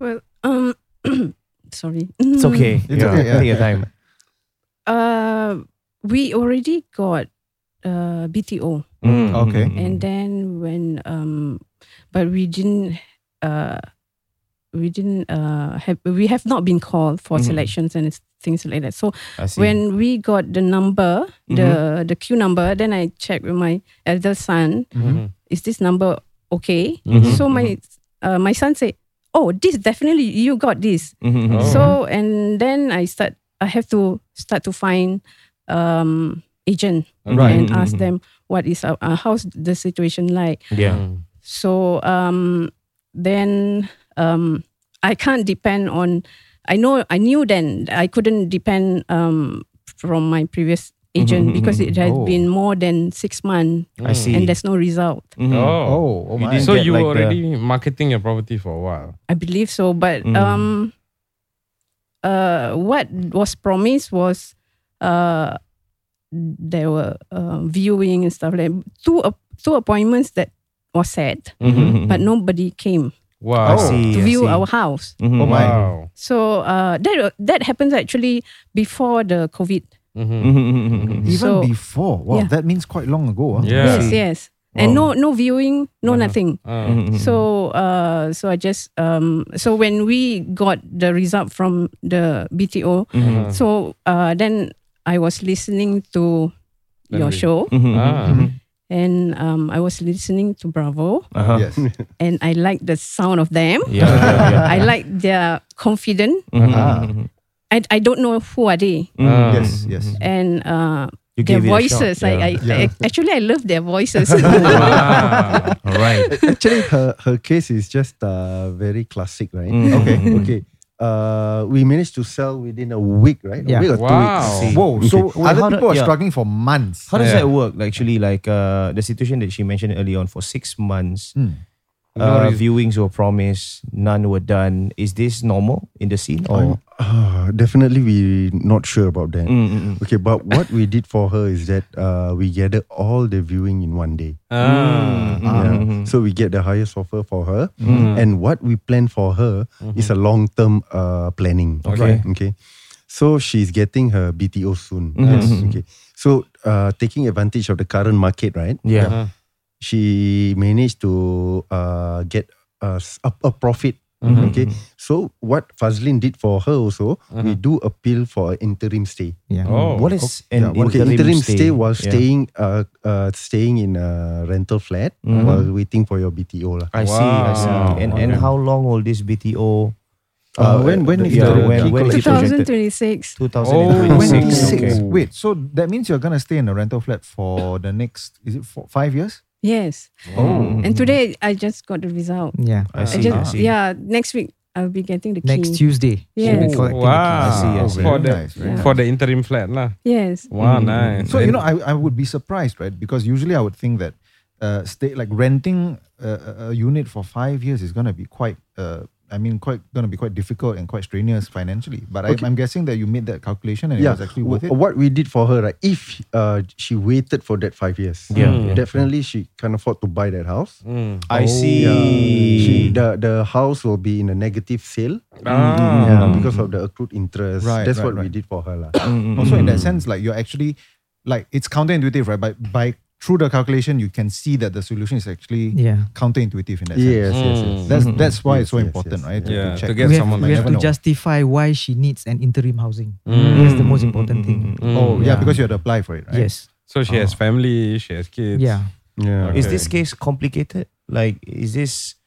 H: Well, um, sorry.
A: It's okay.
B: It's okay, yeah.
A: Take your time.
H: Uh, we already got uh, BTO,
A: Mm-hmm.
B: Okay.
A: Mm.
H: and then when um, but we didn't
A: Mm-hmm.
H: uh, we didn't uh have we have not been called for selections and it's things like that. So
C: I see.
H: when we got the number,
A: Mm-hmm.
H: the the queue number, then I checked with my elder son,
A: Mm-hmm.
H: is this number okay? So my uh, my son said, oh, this definitely you got this.
A: Mm-hmm.
C: Oh.
H: So and then I start I have to start to find um agent
B: Right.
A: Mm-hmm.
H: and ask them what is our, uh, how's the situation like.
C: yeah.
H: So um, then um, I can't depend on. I know I knew then I couldn't depend um, from my previous agent because it had
B: Oh.
H: been more than six months
A: I see.
H: and there's no result.
C: Oh.
B: Oh, oh
A: You
B: my.
A: didn't-
C: So
A: get
C: you
A: like
C: were
A: the-
C: already marketing your property for a while.
H: I believe so, but
B: Mm.
H: um, uh, what was promised was uh, there were uh, viewing and stuff like two ap- two appointments that was set,
A: Mm-hmm.
H: Mm-hmm. but nobody came
B: Mm-hmm. I
C: Wow.
B: see.
H: to view our house.
A: Mm-hmm.
B: Oh my.
C: Wow.
H: So uh, that that happens actually before the COVID.
C: Mm-hmm.
B: Mm-hmm. Even
H: So-
B: before. Wow,
H: Yeah.
B: that means quite long ago. huh?
C: Yeah.
H: Yes, yes, and no no viewing, no
B: Uh-huh.
H: nothing.
B: Mm-hmm.
C: Uh,
H: So uh, so I just um, so when we got the result from the
B: Mm-hmm.
H: BTO,
C: Uh-huh.
A: Uh-huh.
H: so uh, then I was listening to
C: Then
H: your
C: we-
H: show,
A: Mm-hmm.
B: Mm-hmm.
C: ah.
H: and um, I was listening to Bravo,
A: Uh-huh.
B: Yes.
H: and I like the sound of them.
C: Yeah. yeah, yeah.
H: I like their confident.
C: Uh-huh.
B: Ah,
H: I, I don't know who are they,
C: Ah.
B: Mm-hmm. yes, yes.
H: and uh,
A: Mm-hmm. You
H: their
A: gave it a shot,
H: voices. I, I,
B: Yeah.
H: I actually I love their voices.
C: Wow. All right.
F: Actually, her, her case is just uh, very classic, right?
A: Mm.
F: Okay,
A: Mm.
F: okay. Uh, we managed to sell within a week, right? A
G: Yeah.
F: week or two
C: Wow.
F: weeks.
B: Whoa, so
A: Wait,
B: other
A: how do-
B: people are
A: yeah.
B: struggling for months.
A: How does
C: Yeah.
A: that work? Like, actually, like uh, the situation that she mentioned earlier on for six months,
B: Hmm.
A: uh,
C: res-
A: viewings were promised, none were done. Is this normal in the scene? Or
F: Uh, definitely, we not sure about that.
A: Mm, mm, mm.
F: Okay, but what we did for her is that uh, we gathered all the viewing in one day.
A: mm,
C: Ah.
F: Yeah. So we get the highest offer for her, and what we plan for her is a long term uh, planning.
A: Mm-hmm. Okay.
F: Okay. So she's getting her BTO soon.
A: Mm-hmm.
F: Yes. Okay. So uh, taking advantage of the current market, right?
A: yeah,
F: She managed to uh, get us a, a profit.
A: Mm-hmm.
F: Okay. So what Fazlin did for her also, we do appeal for an interim stay.
G: Yeah.
C: Oh.
A: what is an
F: Yeah, okay,
A: interim,
F: interim stay, while
A: Yeah.
F: staying uh, uh, staying in a rental flat
A: Mm-hmm.
F: while waiting for your BTO lah.
A: I see, I see.
C: Wow.
A: And and how long will this BTO?
F: Uh, when- when is
A: yeah,
F: the
A: when,
F: key
A: when is it projected?
H: 2026.
A: 2026.
B: Six.
A: Okay.
B: Wait, so that means you're gonna stay in a rental flat for the next is it four, five years?
H: Yes.
B: Oh,
H: And today I just got the result.
G: Yeah.
A: Mm-hmm. I see.
H: I
A: I
H: just,
A: see.
H: yeah, next week I'll be getting the key.
G: Next Tuesday.
H: Yes.
C: Oh,
G: We'll be collecting the
C: Wow.
G: keys.
A: I see, I see.
B: Mm. Oh,
C: For
B: Very
C: the
B: nice, very
H: nice.
C: for the interim flat lah.
H: Yes.
C: Wow, nice.
B: So you know, I, I would be surprised, right? Because usually I would think that uh, stay like renting a, a- a unit for five years is gonna be quite. Uh, I mean, quite gonna be quite difficult and quite strenuous financially. But I, I'm guessing that you made that calculation and it was actually worth it.
F: wh- What we did for her, right? If uh, she waited for that five years,
A: Yeah. Mm.
F: definitely she can afford to buy that house.
A: I see.
B: Mm.
F: She, the the house will be in a negative sale
C: Ah.
F: yeah, because of the accrued interest.
B: Right,
F: That's
B: right,
F: what we
B: right.
F: did for her, lah.
B: Also, in that
F: mm.
B: sense, like you're actually like it's counterintuitive, right? By by through the calculation, you can see that the solution is actually
G: Yeah.
B: counterintuitive in that sense.
F: yes, yes, yes. Mm-hmm.
B: That's that's why it's so
F: Yes, yes,
B: important,
F: yes,
B: right?
F: yes.
C: Yeah,
B: check.
C: to get
G: we
C: someone
G: have, we
C: like
G: have
B: Never
C: that. Mm.
G: to
B: know.
G: justify why she needs an interim housing. That's the most important thing.
B: Oh yeah,
G: Yeah.
B: because you had to apply for it, right?
G: Yes.
C: So she
B: Oh.
C: has family, she has kids.
G: Yeah.
F: Yeah.
A: Is this case complicated? Like, is this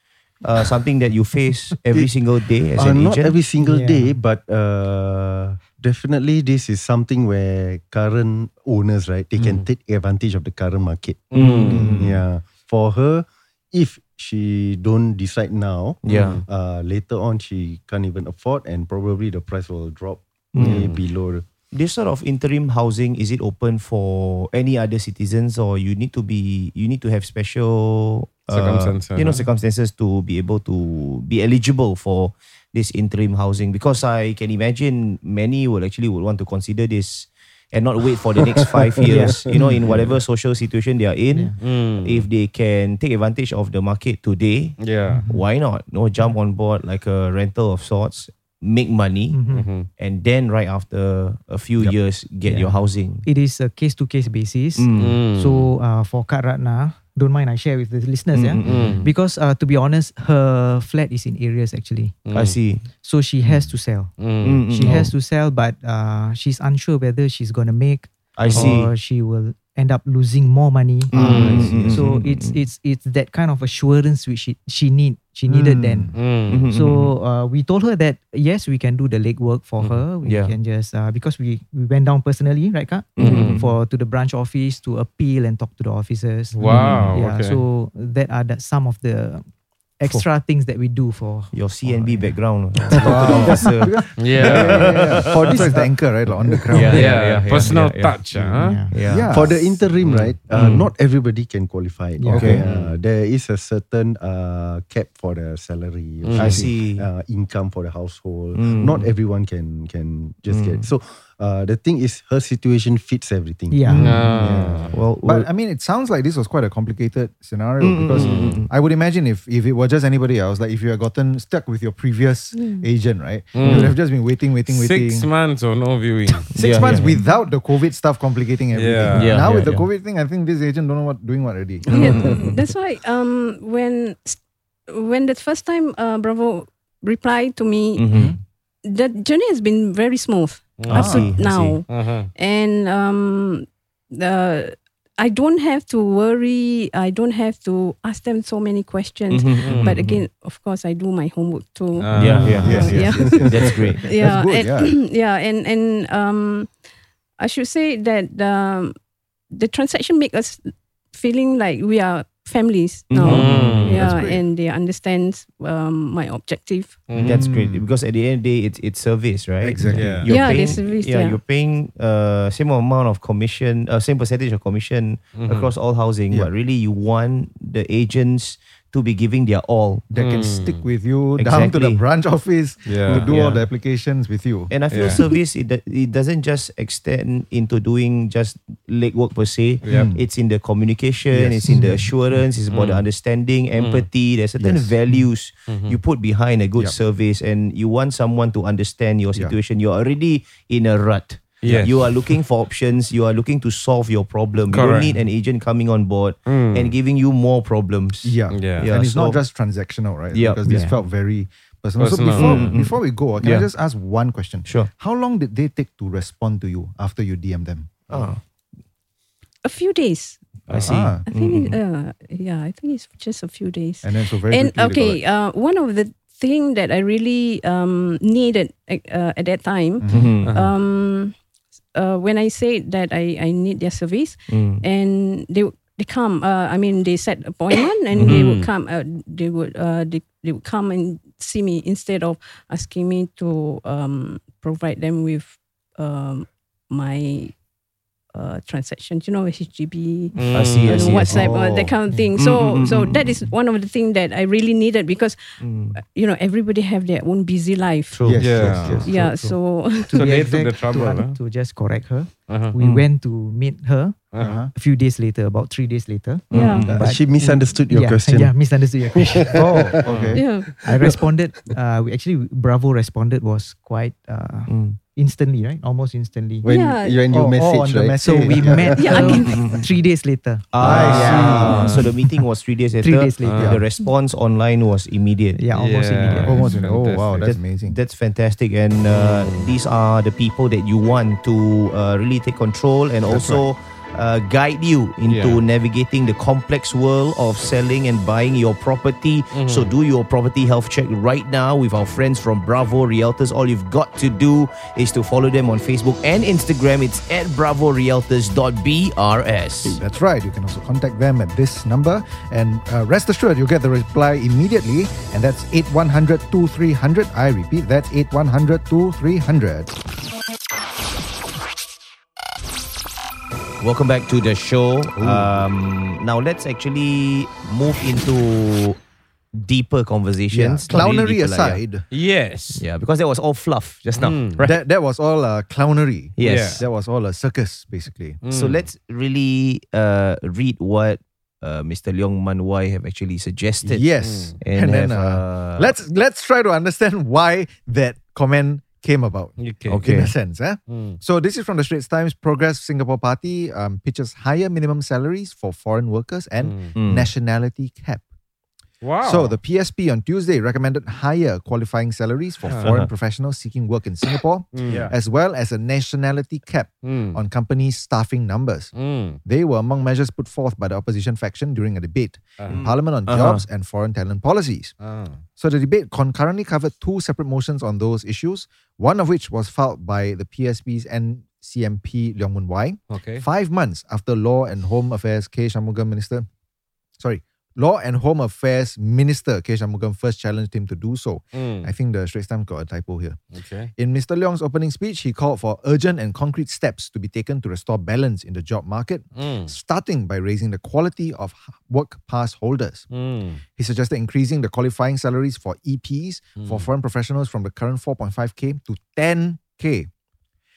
A: uh, something that you face every single day as
F: Uh,
A: an
F: not
A: agent?
F: every single
G: Yeah.
F: day, but uh, definitely this is something where current owners, right, they can take advantage of the current market.
A: Mm. Mm-hmm.
F: Yeah. For her, if she don't decide now,
A: Yeah.
F: uh, later on she can't even afford and probably the price will drop
B: Mm.
A: Mm.
F: way below. the-
A: this sort of interim housing is it open for any other citizens or you need to be you need to have special uh,
C: Circumstances,
A: you know
C: huh?
A: circumstances to be able to be eligible for this interim housing because i can imagine many will actually would want to consider this and not wait for the next five years you know in whatever social situation they are in
C: Mm.
A: if they can take advantage of the market today
C: Yeah.
A: Mm-hmm. why not? No, jump on board like a rental of sorts, make money, and then right after a few years, get your housing.
G: It is a case to case basis.
A: Mm.
G: So uh, for Kak Ratna, don't mind, I share with the listeners.
C: Mm,
G: yeah, because uh, to be honest, her flat is in areas actually.
A: I see.
G: So she has to sell.
A: Mm.
C: Mm-hmm.
G: She has
C: oh.
G: to sell, but uh, she's unsure whether she's gonna make
A: I see.
G: or she will end up losing more money. Ah,
A: Mm, I see, I
G: So it's it's it's that kind of assurance which she she need she needed then.
C: Mm, Mm-hmm.
G: So uh, we told her that yes, we can do the legwork for
C: Mm,
G: her. We
A: Yeah.
G: can just uh, because we we went down personally, right, Kak?
C: Mm,
G: for to the branch office to appeal and talk to the officers. Mm,
C: Wow,
G: Yeah.
C: okay.
G: So that are the, some of the extra things that we do for.
A: Your CNB background. Wow.
C: Yeah.
B: For this is the anchor, right? Like on the ground.
A: Yeah,
C: Yeah,
A: yeah, yeah,
C: personal
A: yeah, yeah.
C: touch. ah.
G: Yeah.
B: Yeah. Mm.
F: For the interim, right?
A: Mm.
F: Uh, not everybody can qualify.
B: Okay.
F: Okay. Uh, there is a certain uh, cap for the salary.
A: Mm. I see.
F: Uh, income for the household.
A: Mm.
F: Not everyone can can just get. So uh, the thing is, her situation fits everything.
G: Yeah.
C: Ah.
A: Well, well,
B: But I mean, it sounds like this was quite a complicated scenario
A: Mm,
B: because
A: mm, mm, mm.
B: I would imagine if if it were just anybody else, like if you had gotten stuck with your previous
A: Mm.
B: agent, right? You would have just been waiting, waiting, waiting.
C: Six months or no viewing.
B: Six
A: Yeah,
B: months
A: yeah.
B: without the COVID stuff complicating everything.
A: Yeah.
B: now
A: Yeah,
B: with the
A: yeah.
B: COVID thing, I think this agent don't know what doing what already.
H: yeah, that's why um when when the first time uh, Bravo replied to me,
A: Mhm.
H: the journey has been very smooth
A: I see, Ah, I
H: up to
A: see.
H: now,
A: Mm-hmm.
C: Uh-huh.
H: and um the. I don't have to worry. I don't have to ask them so many questions.
A: Mhm,
C: Mm-hmm.
H: But
A: mhm,
H: again, of course, I do my homework too.
C: Ah.
A: Yeah, yeah,
H: Uh,
B: yes, yes,
H: yeah.
A: that's great.
H: yeah,
B: good,
H: and, yeah, and and um, I should say that um, the transaction make us feeling like we are families now.
A: Mm-hmm.
C: Mm,
H: yeah,
B: great.
H: and they understand um, my objective.
C: Mm-hmm.
A: That's great because at the end of the day, it's it's service, right?
B: Exactly.
C: Yeah.
A: You're
H: Yeah,
A: paying,
H: there's service, yeah.
A: you're paying uh, same amount of commission, uh, same percentage of commission across all housing,
B: Yeah.
A: but really you want the agents to be giving their all.
B: That can stick with you down to the
A: Exactly.
B: branch office to
C: Yeah.
B: do all
A: Yeah.
B: the applications with you.
A: And I feel
C: Yeah.
A: service it, do- it doesn't just extend into doing just legwork per se.
C: Yep.
A: It's in the communication,
B: Mm. Yes. Mm.
A: it's in the assurance, it's about the understanding, empathy. There's certain
B: Yes. Mm-hmm.
A: values you put behind a good
B: Yep.
A: service, and you want someone to understand your
B: Yeah.
A: situation. You're already in a rut.
C: Yes.
A: You are looking for options. You are looking to solve your problem. You don't
C: Correct.
A: need an agent coming on board and giving you more problems.
B: Mm. Yeah.
C: Yeah.
A: Yeah,
B: And it's not
A: so-
B: just transactional, right?
A: Yeah.
B: Because this
A: Yeah.
B: felt very personal. So
C: Personal.
B: before
C: Mm,
B: before we go, can I
A: Yeah.
B: just ask one question?
A: Sure.
B: How long did they take to respond to you after you DM them?
A: Ah,
H: A few days,
A: I see.
B: Ah.
H: I think. Uh, yeah, I think it's just a few days.
B: And then so very
H: and
B: quickly they got
H: okay, uh, one of the thing that I really um, needed uh, at that time,
A: Mm-hmm.
B: Mm.
H: um, uh, when I said that I, I need their service,
B: Mm.
H: and they would- they come. Uh, I mean, they set appointment, and
B: Mm-hmm.
H: they would come. Uh, they would uh, they, they would come and see me instead of asking me to um, provide them with um, my. Uh, transactions, you know, HGB,
B: Mm.
A: I see. I see. I see.
H: you know, WhatsApp, uh, that kind of
B: Oh.
H: thing. So, so that is one of the things that I really needed because,
B: Mm.
H: uh, you know, everybody have their own busy life.
B: True. Yes,
C: Yeah.
B: yes, yes.
H: Yeah. So,
C: So
G: be
C: they took the
G: exact,
C: trouble,
G: to,
C: huh?
G: to just correct her.
C: Uh-huh.
G: We went to meet her
B: Uh-huh.
G: a few days later, about three days later.
B: Mm,
H: yeah,
F: Uh,
G: But-
F: she misunderstood your
G: yeah,
F: question.
G: Yeah, misunderstood your question.
B: Oh, okay.
H: yeah,
G: I responded. Uh, we actually Bravo responded was quite uh, instantly, right? Almost instantly.
F: When
H: Yeah.
F: you and your
B: Oh, oh,
F: message,
B: on the
F: right?
B: message.
G: So we met
H: Yeah, I
G: her
H: can-
G: three days later.
A: Ah, so the meeting was three days later.
G: Three days later.
A: The response online was immediate.
G: Yeah, almost
C: Yeah.
G: immediately.
B: Almost in Oh wow,
C: Fantastic.
B: that's amazing.
A: That's fantastic, and uh, these are the people that you want to uh, really take control and also uh, guide you into
C: Yeah.
A: navigating the complex world of selling and buying your property.
G: Mm-hmm.
A: So do your property health check right now with our friends from Bravo Realtors. All you've got to do is to follow them on Facebook and Instagram. It's at bravorealtors.brs.
B: That's right. You can also contact them at this number. And uh, rest assured, you'll get the reply immediately. And that's 8100 2300. I repeat, that's 8100 2300.
A: Welcome back to the show. Um, now let's actually move into deeper conversations. Not really
B: Clownery
A: deeper lah, yeah.
B: aside, Mm.
C: Yes.
A: Yeah, because that was all fluff just now, right?
B: that, that was all uh, clownery.
A: Yes.
B: That was all a circus, basically.
C: Mm.
A: So let's really uh, read what uh, Mr. Leong Man Wai have actually suggested.
B: Yes.
A: Mm. And,
B: And then
A: have, uh,
B: uh, let's let's try to understand why that comment came about.
C: Okay.
B: In a sense, eh?
C: Mm.
B: So this is from the Straits Times. Progress Singapore Party um, pitches higher minimum salaries for foreign workers and
A: mm. Hmm.
B: nationality cap.
C: Mm. Wow.
B: So the PSP on Tuesday recommended higher qualifying salaries for foreign professionals seeking work in Singapore,
C: Yeah.
B: as well as a nationality cap
C: Mm.
B: on companies' staffing numbers.
C: Mm.
B: They were among measures put forth by the opposition faction during a debate
C: Mm.
B: in
C: Hmm.
B: Parliament on jobs and foreign talent policies.
C: Ah.
B: So the debate concurrently covered two separate motions on those issues, one of which was filed by the PSP's NCMP Leong Mun Wai
C: Okay.
B: five months after Law and Home Affairs K. Shanmugam Minister, sorry, Law and Home Affairs Minister K. Shanmugam first challenged him to do so.
C: Mm.
B: I think the Straits Times got a typo here.
C: Okay.
B: In Mr. Leong's opening speech, he called for urgent and concrete steps to be taken to restore balance in the job market,
C: Mm.
B: starting by raising the quality of h- work pass holders.
C: Mm.
B: He suggested increasing the qualifying salaries for EPs
C: Mm. Hmm.
B: for foreign professionals from the current 4.5k to 10k,
C: Mm.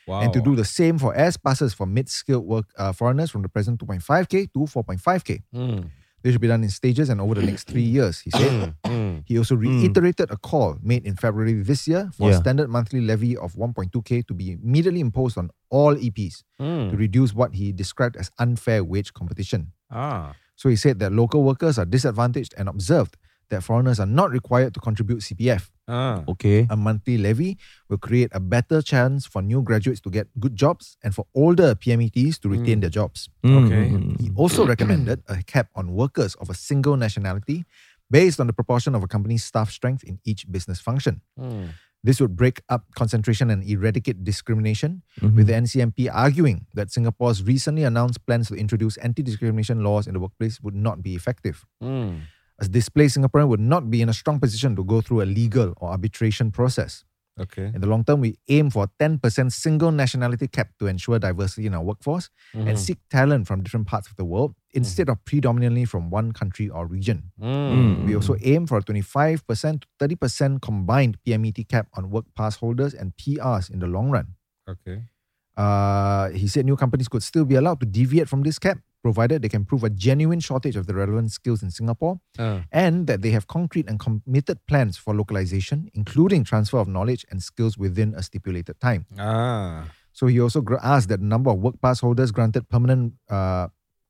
C: Wow.
B: and to do the same for S passes for mid-skilled work uh, foreigners from the present 2.5k to 4.5k.
C: Mm.
B: This should be done in stages and over the next three years, he said.
C: Mm.
B: He also reiterated a call made in February this year for a
A: Yeah.
B: standard monthly levy of 1.2k to be immediately imposed on all EPs to
C: Mm.
B: reduce what he described as unfair wage competition.
C: Ah.
B: So he said that local workers are disadvantaged and observed that foreigners are not required to contribute CPF.
C: Ah.
A: Okay.
B: A monthly levy will create a better chance for new graduates to get good jobs and for older PMETs to retain their jobs.
C: Okay.
A: Mm.
B: He also recommended a cap on workers of a single nationality based on the proportion of a company's staff strength in each business function.
C: Mm.
B: This would break up concentration and eradicate discrimination,
A: Mm-hmm.
B: with the NCMP arguing that Singapore's recently announced plans to introduce anti discrimination laws in the workplace would not be effective
C: Mm.
B: a displaced Singaporean would not be in a strong position to go through a legal or arbitration process.
C: Okay.
B: In the long term, we aim for a 10% single nationality cap to ensure diversity in our workforce
C: Mm-hmm.
B: and seek talent from different parts of the world instead of predominantly from one country or region.
C: Mm.
B: We also aim for a 25% to 30% combined PMET cap on work pass holders and PRs in the long run.
C: Okay.
B: Uh, he said new companies could still be allowed to deviate from this cap, provided they can prove a genuine shortage of the relevant skills in Singapore
C: Ah.
B: and that they have concrete and committed plans for localization, including transfer of knowledge and skills within a stipulated time.
C: Ah.
B: So he also gr- asked that the number of work pass holders granted permanent uh,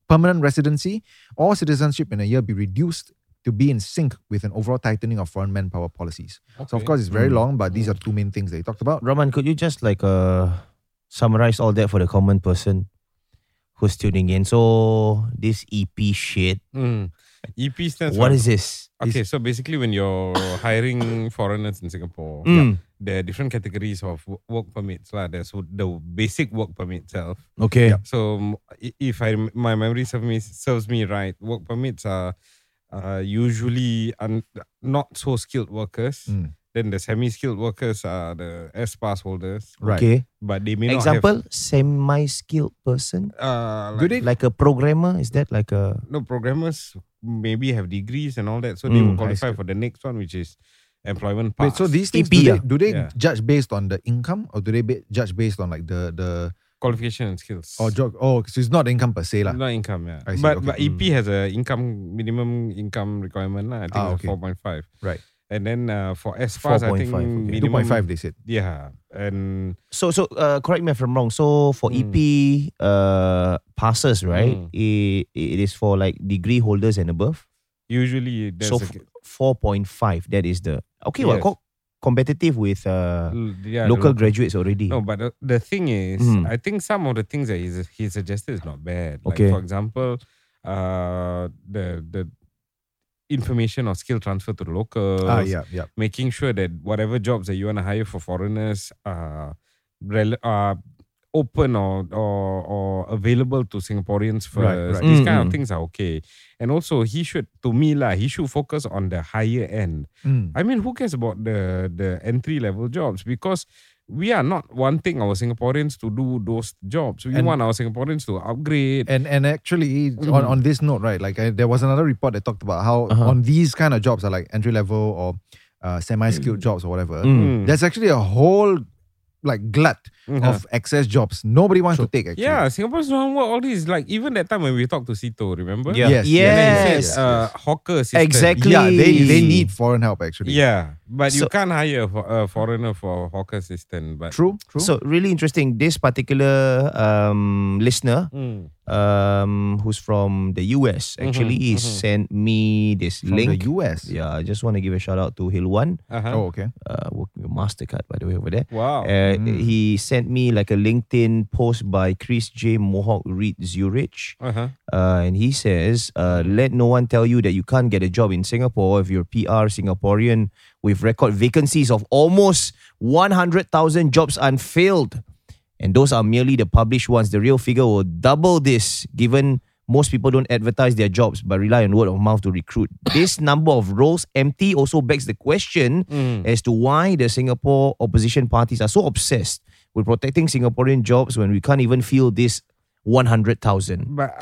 B: permanent residency or citizenship in a year be reduced to be in sync with an overall tightening of foreign manpower policies. So of
C: Okay. Hmm.
B: course it's very long, but these are two main things they talked about.
A: Raman, could you just like uh summarize all that for the common person who's tuning in? So this EP shit,
C: Mm. EP stands
A: what
C: for
A: is this?
C: Okay, so basically, when you're hiring foreigners in Singapore,
A: Mm.
C: there are different categories of wo- work permits. lah. There's wo- the basic work permit itself.
A: Okay.
C: So, m- i- if I, rem- my memory serves me, serves me right, work permits are uh, usually un, not so skilled workers.
B: Mm.
C: Then the semi skilled workers are the S pass holders,
B: Right.
A: Okay.
C: but they may
A: Example,
C: not
A: semi-skilled person,
C: have. Uh, like,
B: Good day.
A: like a programmer. Is that like a
C: no programmers maybe have degrees and all that, so they
A: Mm.
C: will qualify for the next one, which is employment pass.
B: Hmm, Wait, so these things
A: EP,
B: do they,
A: ah.
B: do they
C: Yeah.
B: judge based on the income or do they ba- judge based on like the the
C: qualification and skills
B: or job? Oh, so it's not income per se lah.
C: Not income, yeah.
B: I see, okay.
C: but
B: Hmm.
C: but EP has a income minimum income requirement, lah. I think
B: Ah, okay.
C: four point five.
B: Right.
C: And then uh, for S pass, I think
A: 4.5, okay.
B: Two
C: minimum
B: point five, they said.
C: Yeah, and
A: So so uh, correct me if I'm wrong. So for EP uh passes, right?
C: Mm.
A: It, it is for like degree holders and above.
C: usually there's
A: so
C: a,
A: f- 4.5 that is the Okay, well
C: Yes.
A: co- competitive with uh,
C: l- yeah, the
A: local graduates already.
B: Mm.
C: No, but the, the thing is,
A: Mm.
B: Mm-hmm.
C: I think some of the things that he, he suggested is not bad. Like
A: Okay.
C: for example, uh, the the information or skill transfer to the locals.
B: Ah, yeah, yeah.
C: making sure that whatever jobs that you want to hire for foreigners are, rel- are open or, or or available to Singaporeans first.
B: Right, right.
C: These
A: Mm,
C: kind of
A: mm.
C: things are okay. And also, he should, to me lah, he should focus on the higher end.
B: Mm.
C: I mean, who cares about the the entry level jobs? Because we are not wanting our Singaporeans to do those jobs. We
B: And-
C: want our Singaporeans to upgrade.
B: And and actually on, on this note, right? Like I, there was another report that talked about how
A: Mm-hmm. Uh-huh.
B: on these kind of uh, jobs are like entry level or uh, semi skilled jobs or whatever.
A: Mm.
C: Mm.
B: There's actually a whole like glut
A: Uh-huh.
B: of excess jobs. Nobody wants to take actually.
C: Yeah, Singapore's wrong word. All these like even that time when we talked to Sito, remember?
A: Yeah.
B: Yes.
C: And then he
A: Yes.
C: said, uh, hawker assistant.
A: Exactly.
B: Yeah, they, they need foreign help actually.
C: Yeah, but you
A: So-
C: can't hire a, fo- a foreigner for a hawker assistant. But
B: True, true.
A: So really interesting. This particular um, listener,
C: Mm.
A: um, who's from the US, actually he sent me this
B: From
A: link.
B: the US.
A: Yeah, I just want to give a shout out to Hilwan,
C: Uh-huh.
B: Oh, okay.
A: uh, working with Mastercard by the way over there.
C: Wow.
A: Uh,
B: Mm.
A: He sent me like a LinkedIn post by Chris J. Mohawk Reed Zurich.
C: Uh-huh.
A: Uh, and he says, uh, let no one tell you that you can't get a job in Singapore if you're PR Singaporean with record vacancies of almost 100,000 jobs unfilled. And those are merely the published ones. The real figure will double this, given most people don't advertise their jobs but rely on word of mouth to recruit. this number of roles empty also begs the question as to why the Singapore opposition parties are so obsessed with protecting Singaporean jobs when we can't even fill this 100,000.
C: But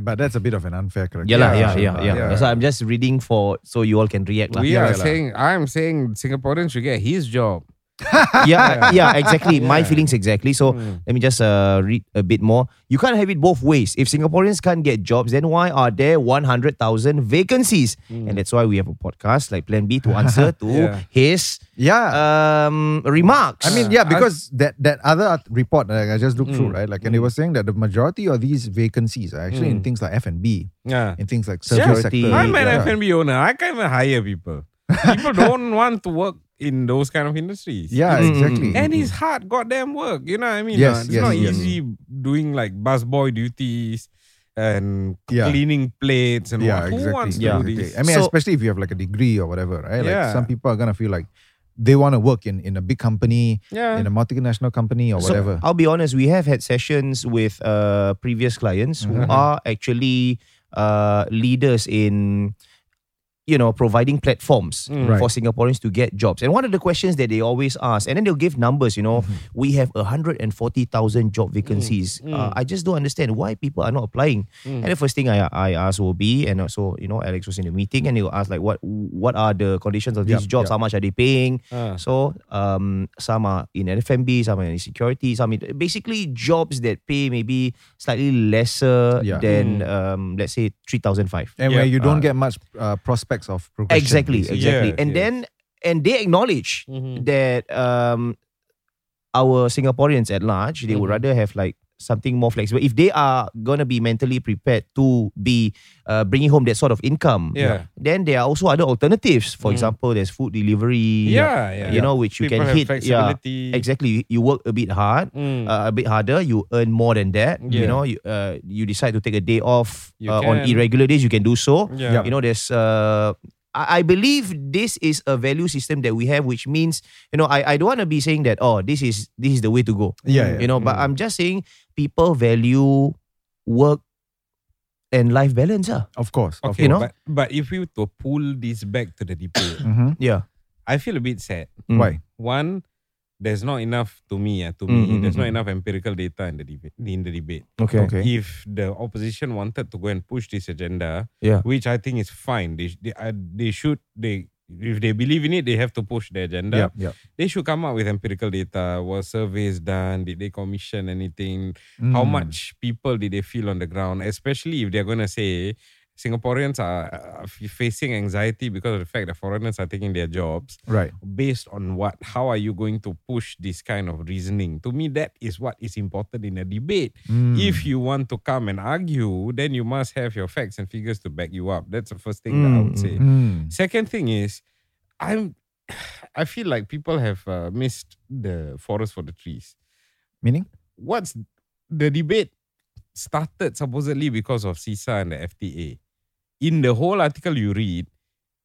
B: but that's a bit of an unfair Uh, character.
A: Yeah, lah, yeah, yeah, yeah, So I'm just reading for so you all can react. lah.
C: we
A: Yeah,
C: are saying, I'm saying Singaporeans should get his job.
A: yeah, yeah, exactly. My feelings exactly. So let me just uh, read a bit more. You can't have it both ways. If Singaporeans can't get jobs, then why are there 100,000 vacancies? And that's why we have a podcast like Plan B to answer to
C: Yeah.
A: his
B: Yeah.
A: um, remarks.
B: I mean,
C: Uh,
B: yeah, because that that other art- report like, I just looked through,
C: Mm.
B: right? Like, and it was saying that the majority of these vacancies are actually in things like F and B,
C: Mm. Yeah.
B: in things like service
A: Security.
B: sector.
C: I'm an
B: yeah.
C: F&B owner. I can't even hire people. People don't want to work in those kind of industries.
B: Yeah, exactly.
C: And it's hard goddamn work. You know what I mean?
B: Yes,
C: Uh, it's
B: yes,
C: not
B: yes.
C: easy doing like busboy duties and
B: Yeah.
C: cleaning plates and
B: yeah,
C: what.
B: exactly.
C: Who wants to
A: Yeah.
C: do
B: exactly.
C: this?
B: I mean,
A: So-
B: especially if you have like a degree or whatever, right? Like
C: Yeah.
B: some people are gonna feel like they want to work in in a big company,
C: Yeah. uh,
B: in a multinational company or
A: So,
B: whatever.
A: I'll be honest, we have had sessions with uh, previous clients who
B: Mm-hmm.
A: are actually uh, leaders in, you know, providing platforms
B: Right.
A: for Singaporeans to get jobs. And one of the questions that they always ask, and then they'll give numbers, you know,
B: Mm-hmm.
A: we have 140,000 job vacancies. Uh, I just don't understand why people are not applying. And the first thing I, I asked will be, and also, you know, Alex was in the meeting and he'll ask like, what, what are the conditions of these
B: Yup,
A: jobs?
B: yup.
A: How much are they paying?
C: Ah.
A: So um, some are in FMB, some are in security, some in basically jobs that pay maybe slightly lesser
B: Yeah.
A: than
C: Mm.
A: um, let's say three thousand five.
B: and
C: Yeah.
B: where you don't
A: Uh,
B: get much uh, prospects of progression.
A: Exactly,
B: basically.
A: exactly.
C: Yes,
A: and
C: yes. Mm-hmm.
A: then and they acknowledge that um, our Singaporeans at large they would
C: Mm-hmm.
A: rather have like something more flexible if they are gonna be mentally prepared to be uh, bringing home that sort of income.
C: Yeah. Mm.
A: Then there are also other alternatives. For example, there's food delivery.
C: Yeah, yeah.
A: You know, which you can
C: People have
A: hit.
C: flexibility.
A: Yeah, exactly. You- You work a bit hard,
C: Mm.
A: uh, a bit harder. You earn more than that. You
C: Yeah.
A: know, you uh, you decide to take a day off
C: You
A: uh, on
C: can.
A: irregular days. You can do so.
C: Yeah.
A: You know, there's uh, I, I believe this is a value system that we have, which means you know I, I don't want to be saying that oh this is this is the way to go.
B: Yeah, yeah.
A: You know, but I'm just saying people value work and life balance. Ah.
B: Of course.
C: Okay,
A: you know?
C: but, but if we were to pull this back to the debate,
B: hmm
A: Yeah.
C: I feel a bit sad.
A: Mm.
B: Why?
C: One, there's not enough to me. Uh, to me,
A: Mm, mm,
C: there's not
A: mm.
C: enough empirical data in the debate. In the debate,
A: Okay.
B: Okay.
C: if the opposition wanted to go and push this agenda,
A: Yeah.
C: which I think is fine. They sh- they, uh, they should they if they believe in it, they have to push the agenda.
B: Yeah, yeah.
C: They should come up with empirical data. Was surveys done? Did they commission anything? How
B: Mm.
C: much people did they feel on the ground? Especially if they're going to say Singaporeans are uh, f- facing anxiety because of the fact that foreigners are taking their jobs.
B: Right.
C: Based on what? How are you going to push this kind of reasoning? To me, that is what is important in a debate.
B: Hmm. Mm.
C: If you want to come and argue, then you must have your facts and figures to back you up. That's the first thing that I would say.
B: Mm.
C: Second thing is, I'm. I feel like people have uh, missed the forest for the trees
B: Meaning?
C: what's the debate started supposedly because of CISA and the FTA. In the whole article you read,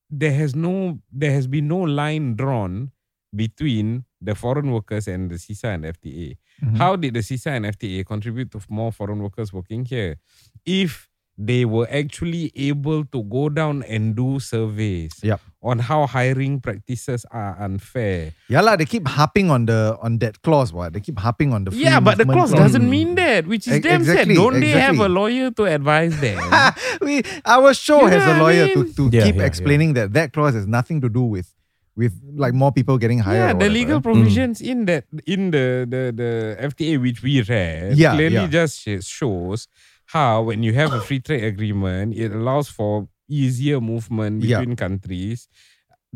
C: there has no there has been no line drawn between the foreign workers and the CISA and FTA.
B: Mm-hmm.
C: How did the CISA and FTA contribute to more foreign workers working here? If they were actually able to go down and do surveys
B: Yup.
C: on how hiring practices are unfair.
B: Yeah, lah, they keep harping on the on that clause, what? They keep harping on the free
C: Yeah, but the
B: movement
C: clause doesn't mean that, which is
B: Ex-
C: damn
B: exactly,
C: sad. Don't they have
B: exactly.
C: a lawyer to advise them?
B: we our show
C: You know
B: has a
C: what I
B: lawyer
C: mean?
B: to, to
A: Yeah,
B: keep
A: yeah, yeah.
B: explaining that that clause has nothing to do with with like more people getting hired.
C: Yeah,
B: or whatever.
C: the
B: Mm.
C: legal provisions in that in the the the FTA which we read
B: Yeah,
C: clearly
B: yeah.
C: just sh- shows how when you have a free trade agreement, it allows for easier movement
B: Yeah.
C: between countries.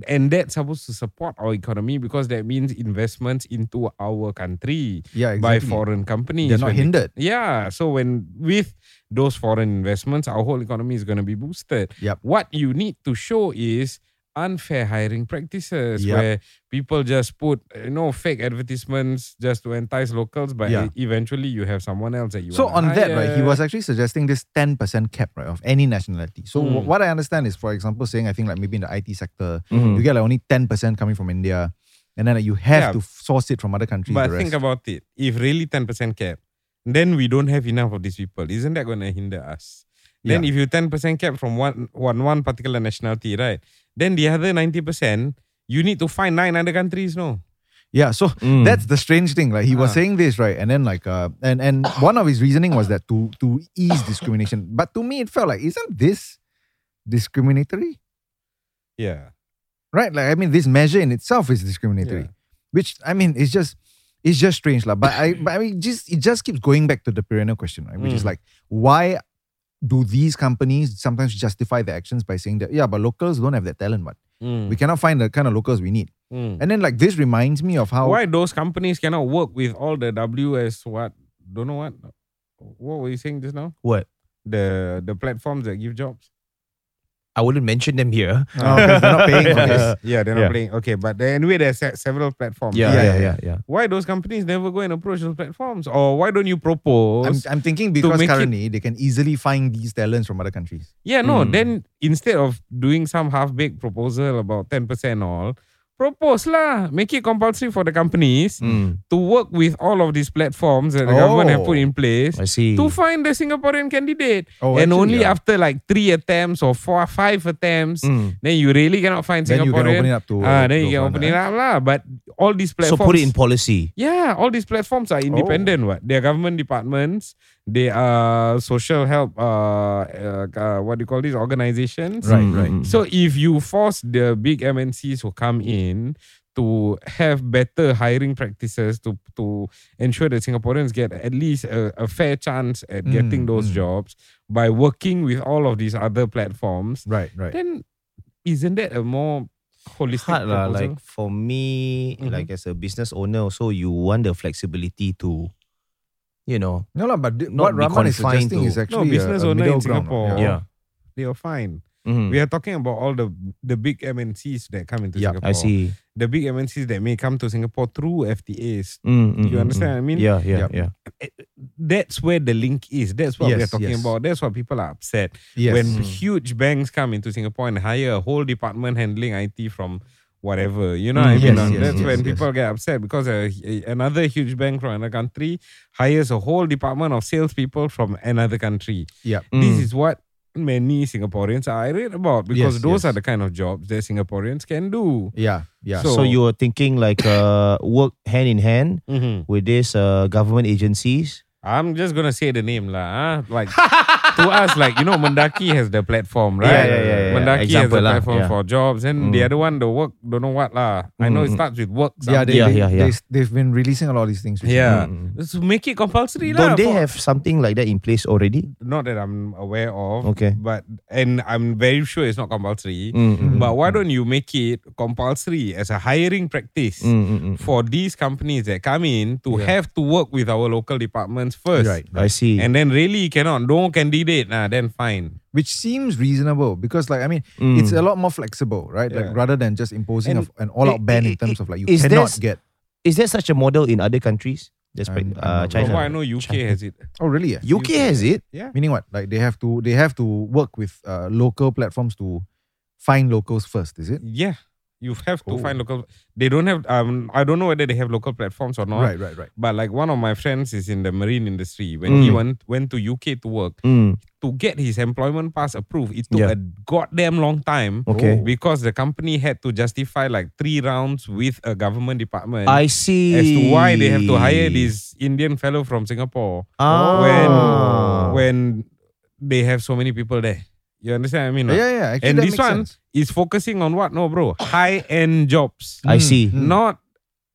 C: And that's supposed to support our economy because that means investments into our country
B: Yeah,
C: by
B: exactly.
C: foreign companies.
B: They're not
C: when they-
B: hindered.
C: yeah. So when with those foreign investments, our whole economy is going to be boosted.
B: Yep.
C: What you need to show is unfair hiring practices
B: Yep.
C: where people just put uh, you know fake advertisements just to entice locals, but
B: Yeah.
C: e- eventually you have someone else that you
B: So
C: wanna
B: on that, right, he
C: hire.
B: was actually suggesting this 10% cap, right, of any nationality. So wh-
C: Mm.
B: what I understand is, for example, saying I think like maybe in the IT sector,
A: Mhm.
B: you get like only 10% coming from India, and then like, you have
C: Mm-hmm.
B: to
C: Yeah.
B: f- source it from other countries. the
C: But think
B: rest.
C: about it. If really 10% cap, then we don't have enough of these people. Isn't that going to hinder us? Then
B: Yeah.
C: if you 10% cap from one, one, one particular nationality, right? Then the other 90%, you need to find nine other countries, no?
B: yeah, so Mm. that's the strange thing. Like he was
C: Hmm. Ah.
B: saying this, right, and then like, uh, and and one of his reasoning was that to to ease discrimination. But to me, it felt like isn't this discriminatory?
C: Yeah.
B: right? Like I mean, this measure in itself is discriminatory, which I mean, it's just it's just strange, lah. But I but I mean, just it just keeps going back to the perennial question, right? Which is
C: Mm.
B: like, why do these companies sometimes justify their actions by saying that yeah, but locals don't have that talent, but Mm.
C: Hmm.
B: we cannot find the kind of locals we need.
C: Mm.
B: And then like this reminds me of how
C: Why those companies cannot work with all the WS what? Don't know what? What were you saying just now?
A: What?
C: The the platforms that give jobs?
A: I wouldn't mention them here.
B: Oh, 'cause they're not paying for this.
C: yeah, they're not
A: Yeah.
C: playing. Okay, but there- anyway, there's se- several platforms.
A: Yeah,
B: Yeah,
A: yeah, yeah,
B: yeah.
A: yeah.
C: why those companies never go and approach those platforms? Or why don't you propose?
B: I'm, I'm thinking because
C: make it-
B: currently they can easily find these talents from other countries.
C: yeah, no.
A: Mm.
C: Then instead of doing some half-baked proposal about 10% all, propose lah. Make it compulsory for the companies
A: Mm,
C: to work with all of these platforms that the government have put in place
A: I see.
C: to find the Singaporean candidate.
B: Oh, actually,
C: and only
B: yeah.
C: after like three attempts or four, five attempts,
A: Mm.
C: then you really cannot find
B: Then you can open it
C: Singaporean.
B: up to. uh,
C: Ah, then
B: to
C: you can open
B: foreigner.
C: it up lah. But all
A: So
C: these platforms.
A: put it in policy.
C: Yeah, all these
A: Oh.
C: platforms are independent. What they are government departments, they are social help. Uh, uh, uh, what do you call these organizations?
B: Right,
A: Mm,
B: right.
A: mm, mm.
C: So if you force the big MNCs who come in to have better hiring practices to to ensure that Singaporeans get at least a, a fair chance
A: Hmm,
C: at getting
B: Mm,
C: those
B: mm.
C: jobs by working with all of these other platforms,
B: Right, right.
C: then isn't that a more holistic
A: hard lah.
C: proposal?
A: Like for me,
C: Mhm.
A: like as a business owner, also you want the flexibility to, you know,
B: No, lah, but th-
A: Not
B: what
A: be
B: Raman is
A: confined to-
B: suggesting is
C: no
B: actually a-
C: business
B: a,
C: owner
B: middle
C: in
B: ground,
C: Singapore.
A: Yeah.
C: they are fine.
A: mm,
C: Mm-hmm. We are talking about all the the big MNCs that come into
B: Yeah,
C: Singapore.
A: I see.
C: The big MNCs that may come to Singapore through FTAs.
A: Mm, mm,
C: You
A: mm,
C: understand
A: mm.
C: what I mean?
A: Yeah, yeah,
B: Yup.
A: yeah.
C: That's where the link is. That's what we are
B: Yes,
C: talking
B: yes.
C: about. That's what people are upset.
B: Yes.
C: When
A: Mm.
C: huge banks come into Singapore and hire a whole department handling IT from whatever, you know what I
A: Mm,
C: mean?
A: yes,
C: And
A: yes,
C: That's
A: yes,
C: when
B: yes.
C: people get upset because a, another huge bank from another country hires a whole department of salespeople from another country.
B: Yeah.
C: This
A: Mm.
C: is what many Singaporeans are irate about because
B: Yes,
C: those
B: yes.
C: are the kind of jobs that Singaporeans can do.
B: Yeah, yeah.
C: So-
A: So, you are thinking like uh work hand in hand with these uh government agencies.
C: I'm just gonna say the name lah. ah. Like to us, like you know, Mendaki has the platform, right?
A: yeah, yeah, yeah, yeah.
C: Mendaki has
A: Example
C: the
A: lah,
C: platform
A: yeah.
C: for jobs, and the other one, the work, don't know what lah. I know it
A: Mm, mm.
C: starts with work.
B: yeah,
C: something.
B: they,
A: Yeah,
B: they,
A: yeah, yeah.
B: They, they've been releasing a lot of these things. recently.
C: yeah.
A: Mm,
C: So make it compulsory lah.
A: Don't they
C: for-
A: have something like that in place already?
C: Not that I'm aware of.
A: Okay.
C: But and I'm very sure it's not compulsory.
A: Mm, mm,
C: Mm-hmm. But why don't you make it compulsory as a hiring practice?
A: mm, mm, mm.
C: for these companies that come in to have to work with our local departments first.
B: Right.
A: Mm-hmm. I see.
C: And then really cannot, no candidate, nah, then fine.
B: Which seems reasonable because, like, I mean,
A: Mm.
B: it's a lot more flexible, right?
C: Yeah.
B: Like, rather than just imposing a
A: And
B: f an all out
A: i-
B: ban
A: i-
B: in terms of like, you
A: is
B: cannot
A: this-
B: get.
A: Is there such a model in other countries? That's
B: I'm-
A: prac- uh,
B: I'm not
C: From
A: China.
C: what I know, UK has it.
B: Oh, really? Yeah.
A: UK has it.
B: Meaning what? Like, they have to they have to work with uh, local platforms to find locals first, is it?
C: Yeah. You have to
B: Oh.
C: find local. They don't have. Um, I don't know whether they have local platforms or not.
B: Right, right, right.
C: But like one of my friends is in the marine industry. When he
A: Mm.
C: went went to UK to work
A: Mm,
C: to get his employment pass approved, it took
A: Yeah.
C: a goddamn long time. Oh.
A: Okay.
C: Because the company had to justify like three rounds with a government department.
A: I see.
C: as to why they have to hire this Indian fellow from Singapore
A: Ah.
C: when when they have so many people there. You understand what I mean? or
B: Yeah,
C: not?
B: yeah, yeah. Actually,
C: and
B: that
C: this
B: makes
C: one
B: sense.
C: is focusing on what? No, bro. High end jobs.
A: I see.
C: Not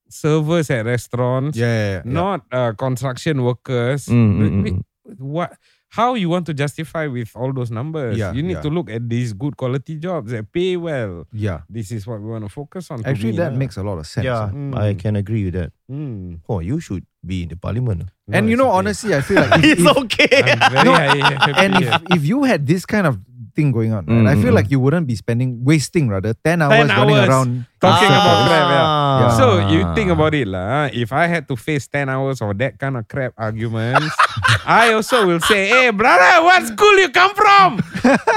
C: servers at restaurants.
B: Yeah, yeah, yeah.
C: Not uh, construction workers.
A: Mm, mm, mm,
C: Wait, What? How you want to justify with all those numbers?
B: Yeah,
C: you
B: yeah.
C: need to look at these good quality jobs that pay well.
B: yeah.
C: This is what we want to focus on. to
B: Actually,
C: me,
B: that
C: lah.
B: makes a lot of sense.
A: Yeah,
C: Mm.
A: I can agree with that.
C: Mm.
A: Oh, you should be in the parliament.
C: No,
B: And you
C: it's
B: know,
C: okay.
B: honestly, I feel like if,
A: it's
B: if,
A: okay.
C: I'm very happy
B: and
C: here.
B: if, if you had this kind of thing going on, right, I feel
A: Mm.
B: like you wouldn't be spending wasting rather ten hours,
C: hours
B: running around
C: talking
B: in circles.
C: about crap, yeah.
A: Ah.
B: Yeah.
C: So you think about it lah. ah. If I had to face ten hours of that kind of crap arguments, I also will say, "Hey, brother, what school you come from?"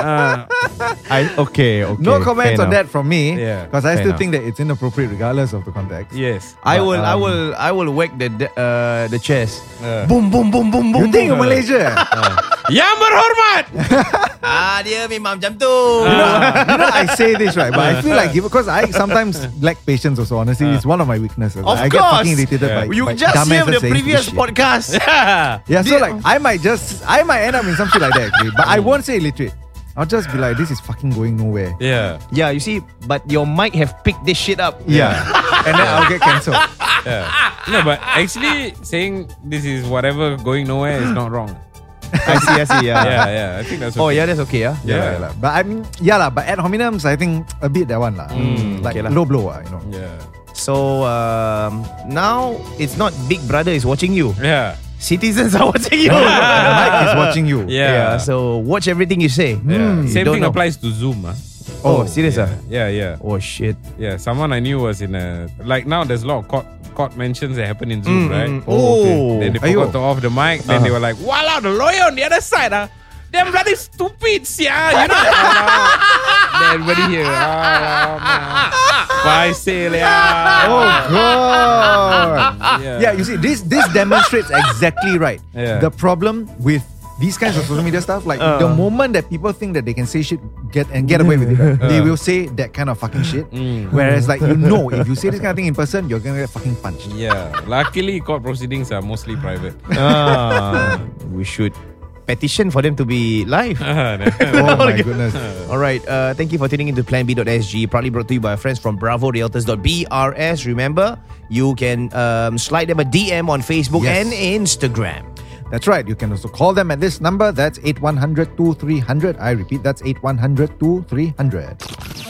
C: Ah,
A: I, okay, okay.
B: No comments
A: fair
B: on
A: enough.
B: that from me,
C: Yeah.
B: because I
A: Fair enough.
B: still think that it's inappropriate regardless of the context.
C: yes.
A: I
B: But,
A: will, I
B: um,
A: will, I will whack the the, uh, the chest.
C: Uh.
A: Boom, boom, boom, boom, boom.
B: You think you're
A: boom.
B: Malaysia?
C: Yang berhormat.
A: Ah, dia memang macam tu.
B: you know, I say this right, but I feel like because I sometimes lack patience. Also, honestly, it's one of my
A: Of
B: weaknesses. I get fucking
A: course.
B: irritated by
A: you
B: by
A: just
B: dumbasses
A: hear the
B: saying
A: previous
B: shit.
A: podcast.
B: Yeah, so like I might just I might end up in some shit like that actually, but
A: Mm.
B: I won't say illiterate. I'll just be like, this is fucking going nowhere.
C: Yeah.
A: yeah, you see, but your mic have picked this shit up.
B: Yeah, and then I'll get cancelled.
C: No, but actually saying this is whatever going nowhere is not wrong.
A: I see, I see. Yeah.
C: Yeah, yeah. I think that's.
A: Oh,
C: okay.
A: yeah, that's okay. Yeah.
B: Yeah, lah, yeah. lah. but I mean, yeah, lah. But ad hominems, I think a bit that one, lah.
A: Mm,
B: like
A: okay lah.
B: low blow, ah, you know.
C: Yeah.
A: So um, now it's not Big Brother is watching you.
C: Yeah.
A: Citizens are watching you.
B: The mic is watching you.
C: Yeah.
A: Yeah, so watch everything you say.
C: Yeah.
A: Hmm, you
C: Same
A: don't
C: thing
A: know.
C: applies to Zoom. ah.
A: Oh, serious? ah?
C: Yeah, yeah.
A: Oh shit.
C: Yeah, someone I knew was in a like now there's a lot of court court mentions that happen in
B: Mm,
C: Zoom, right?
A: Oh,
C: Then they
B: Aiyo.
C: forgot to off the mic.
B: Uh-huh.
C: Then they were like, "Wow, the lawyer on the other side, ah, them bloody stupids, yeah, you know." then everybody here, "Alamak, paiseh lah."
B: Oh god.
C: yeah.
B: Yeah, you see, this this demonstrates exactly right.
C: Yeah. Uh.
B: The problem with these kinds of social media stuff, like the moment that people think that they can say shit, get and get away with it, right,
C: Uh.
B: they will say that kind of fucking shit.
C: Mm.
B: Whereas, like you know, if you say this kind of thing in person, you're gonna get fucking punched.
C: Yeah. Luckily, court proceedings are mostly private.
A: Ah, we should petition for them to be live.
B: Oh my goodness.
A: All right. Uh, thank you for tuning into Plan B.SG. Proudly brought to you by our friends from Bravo Realtors.brs. Remember, you can um, slide them a DM on Facebook
B: Yes.
A: and Instagram.
B: That's right. You can also call them at this number. That's 8100 2300. I repeat, that's 8100 2300.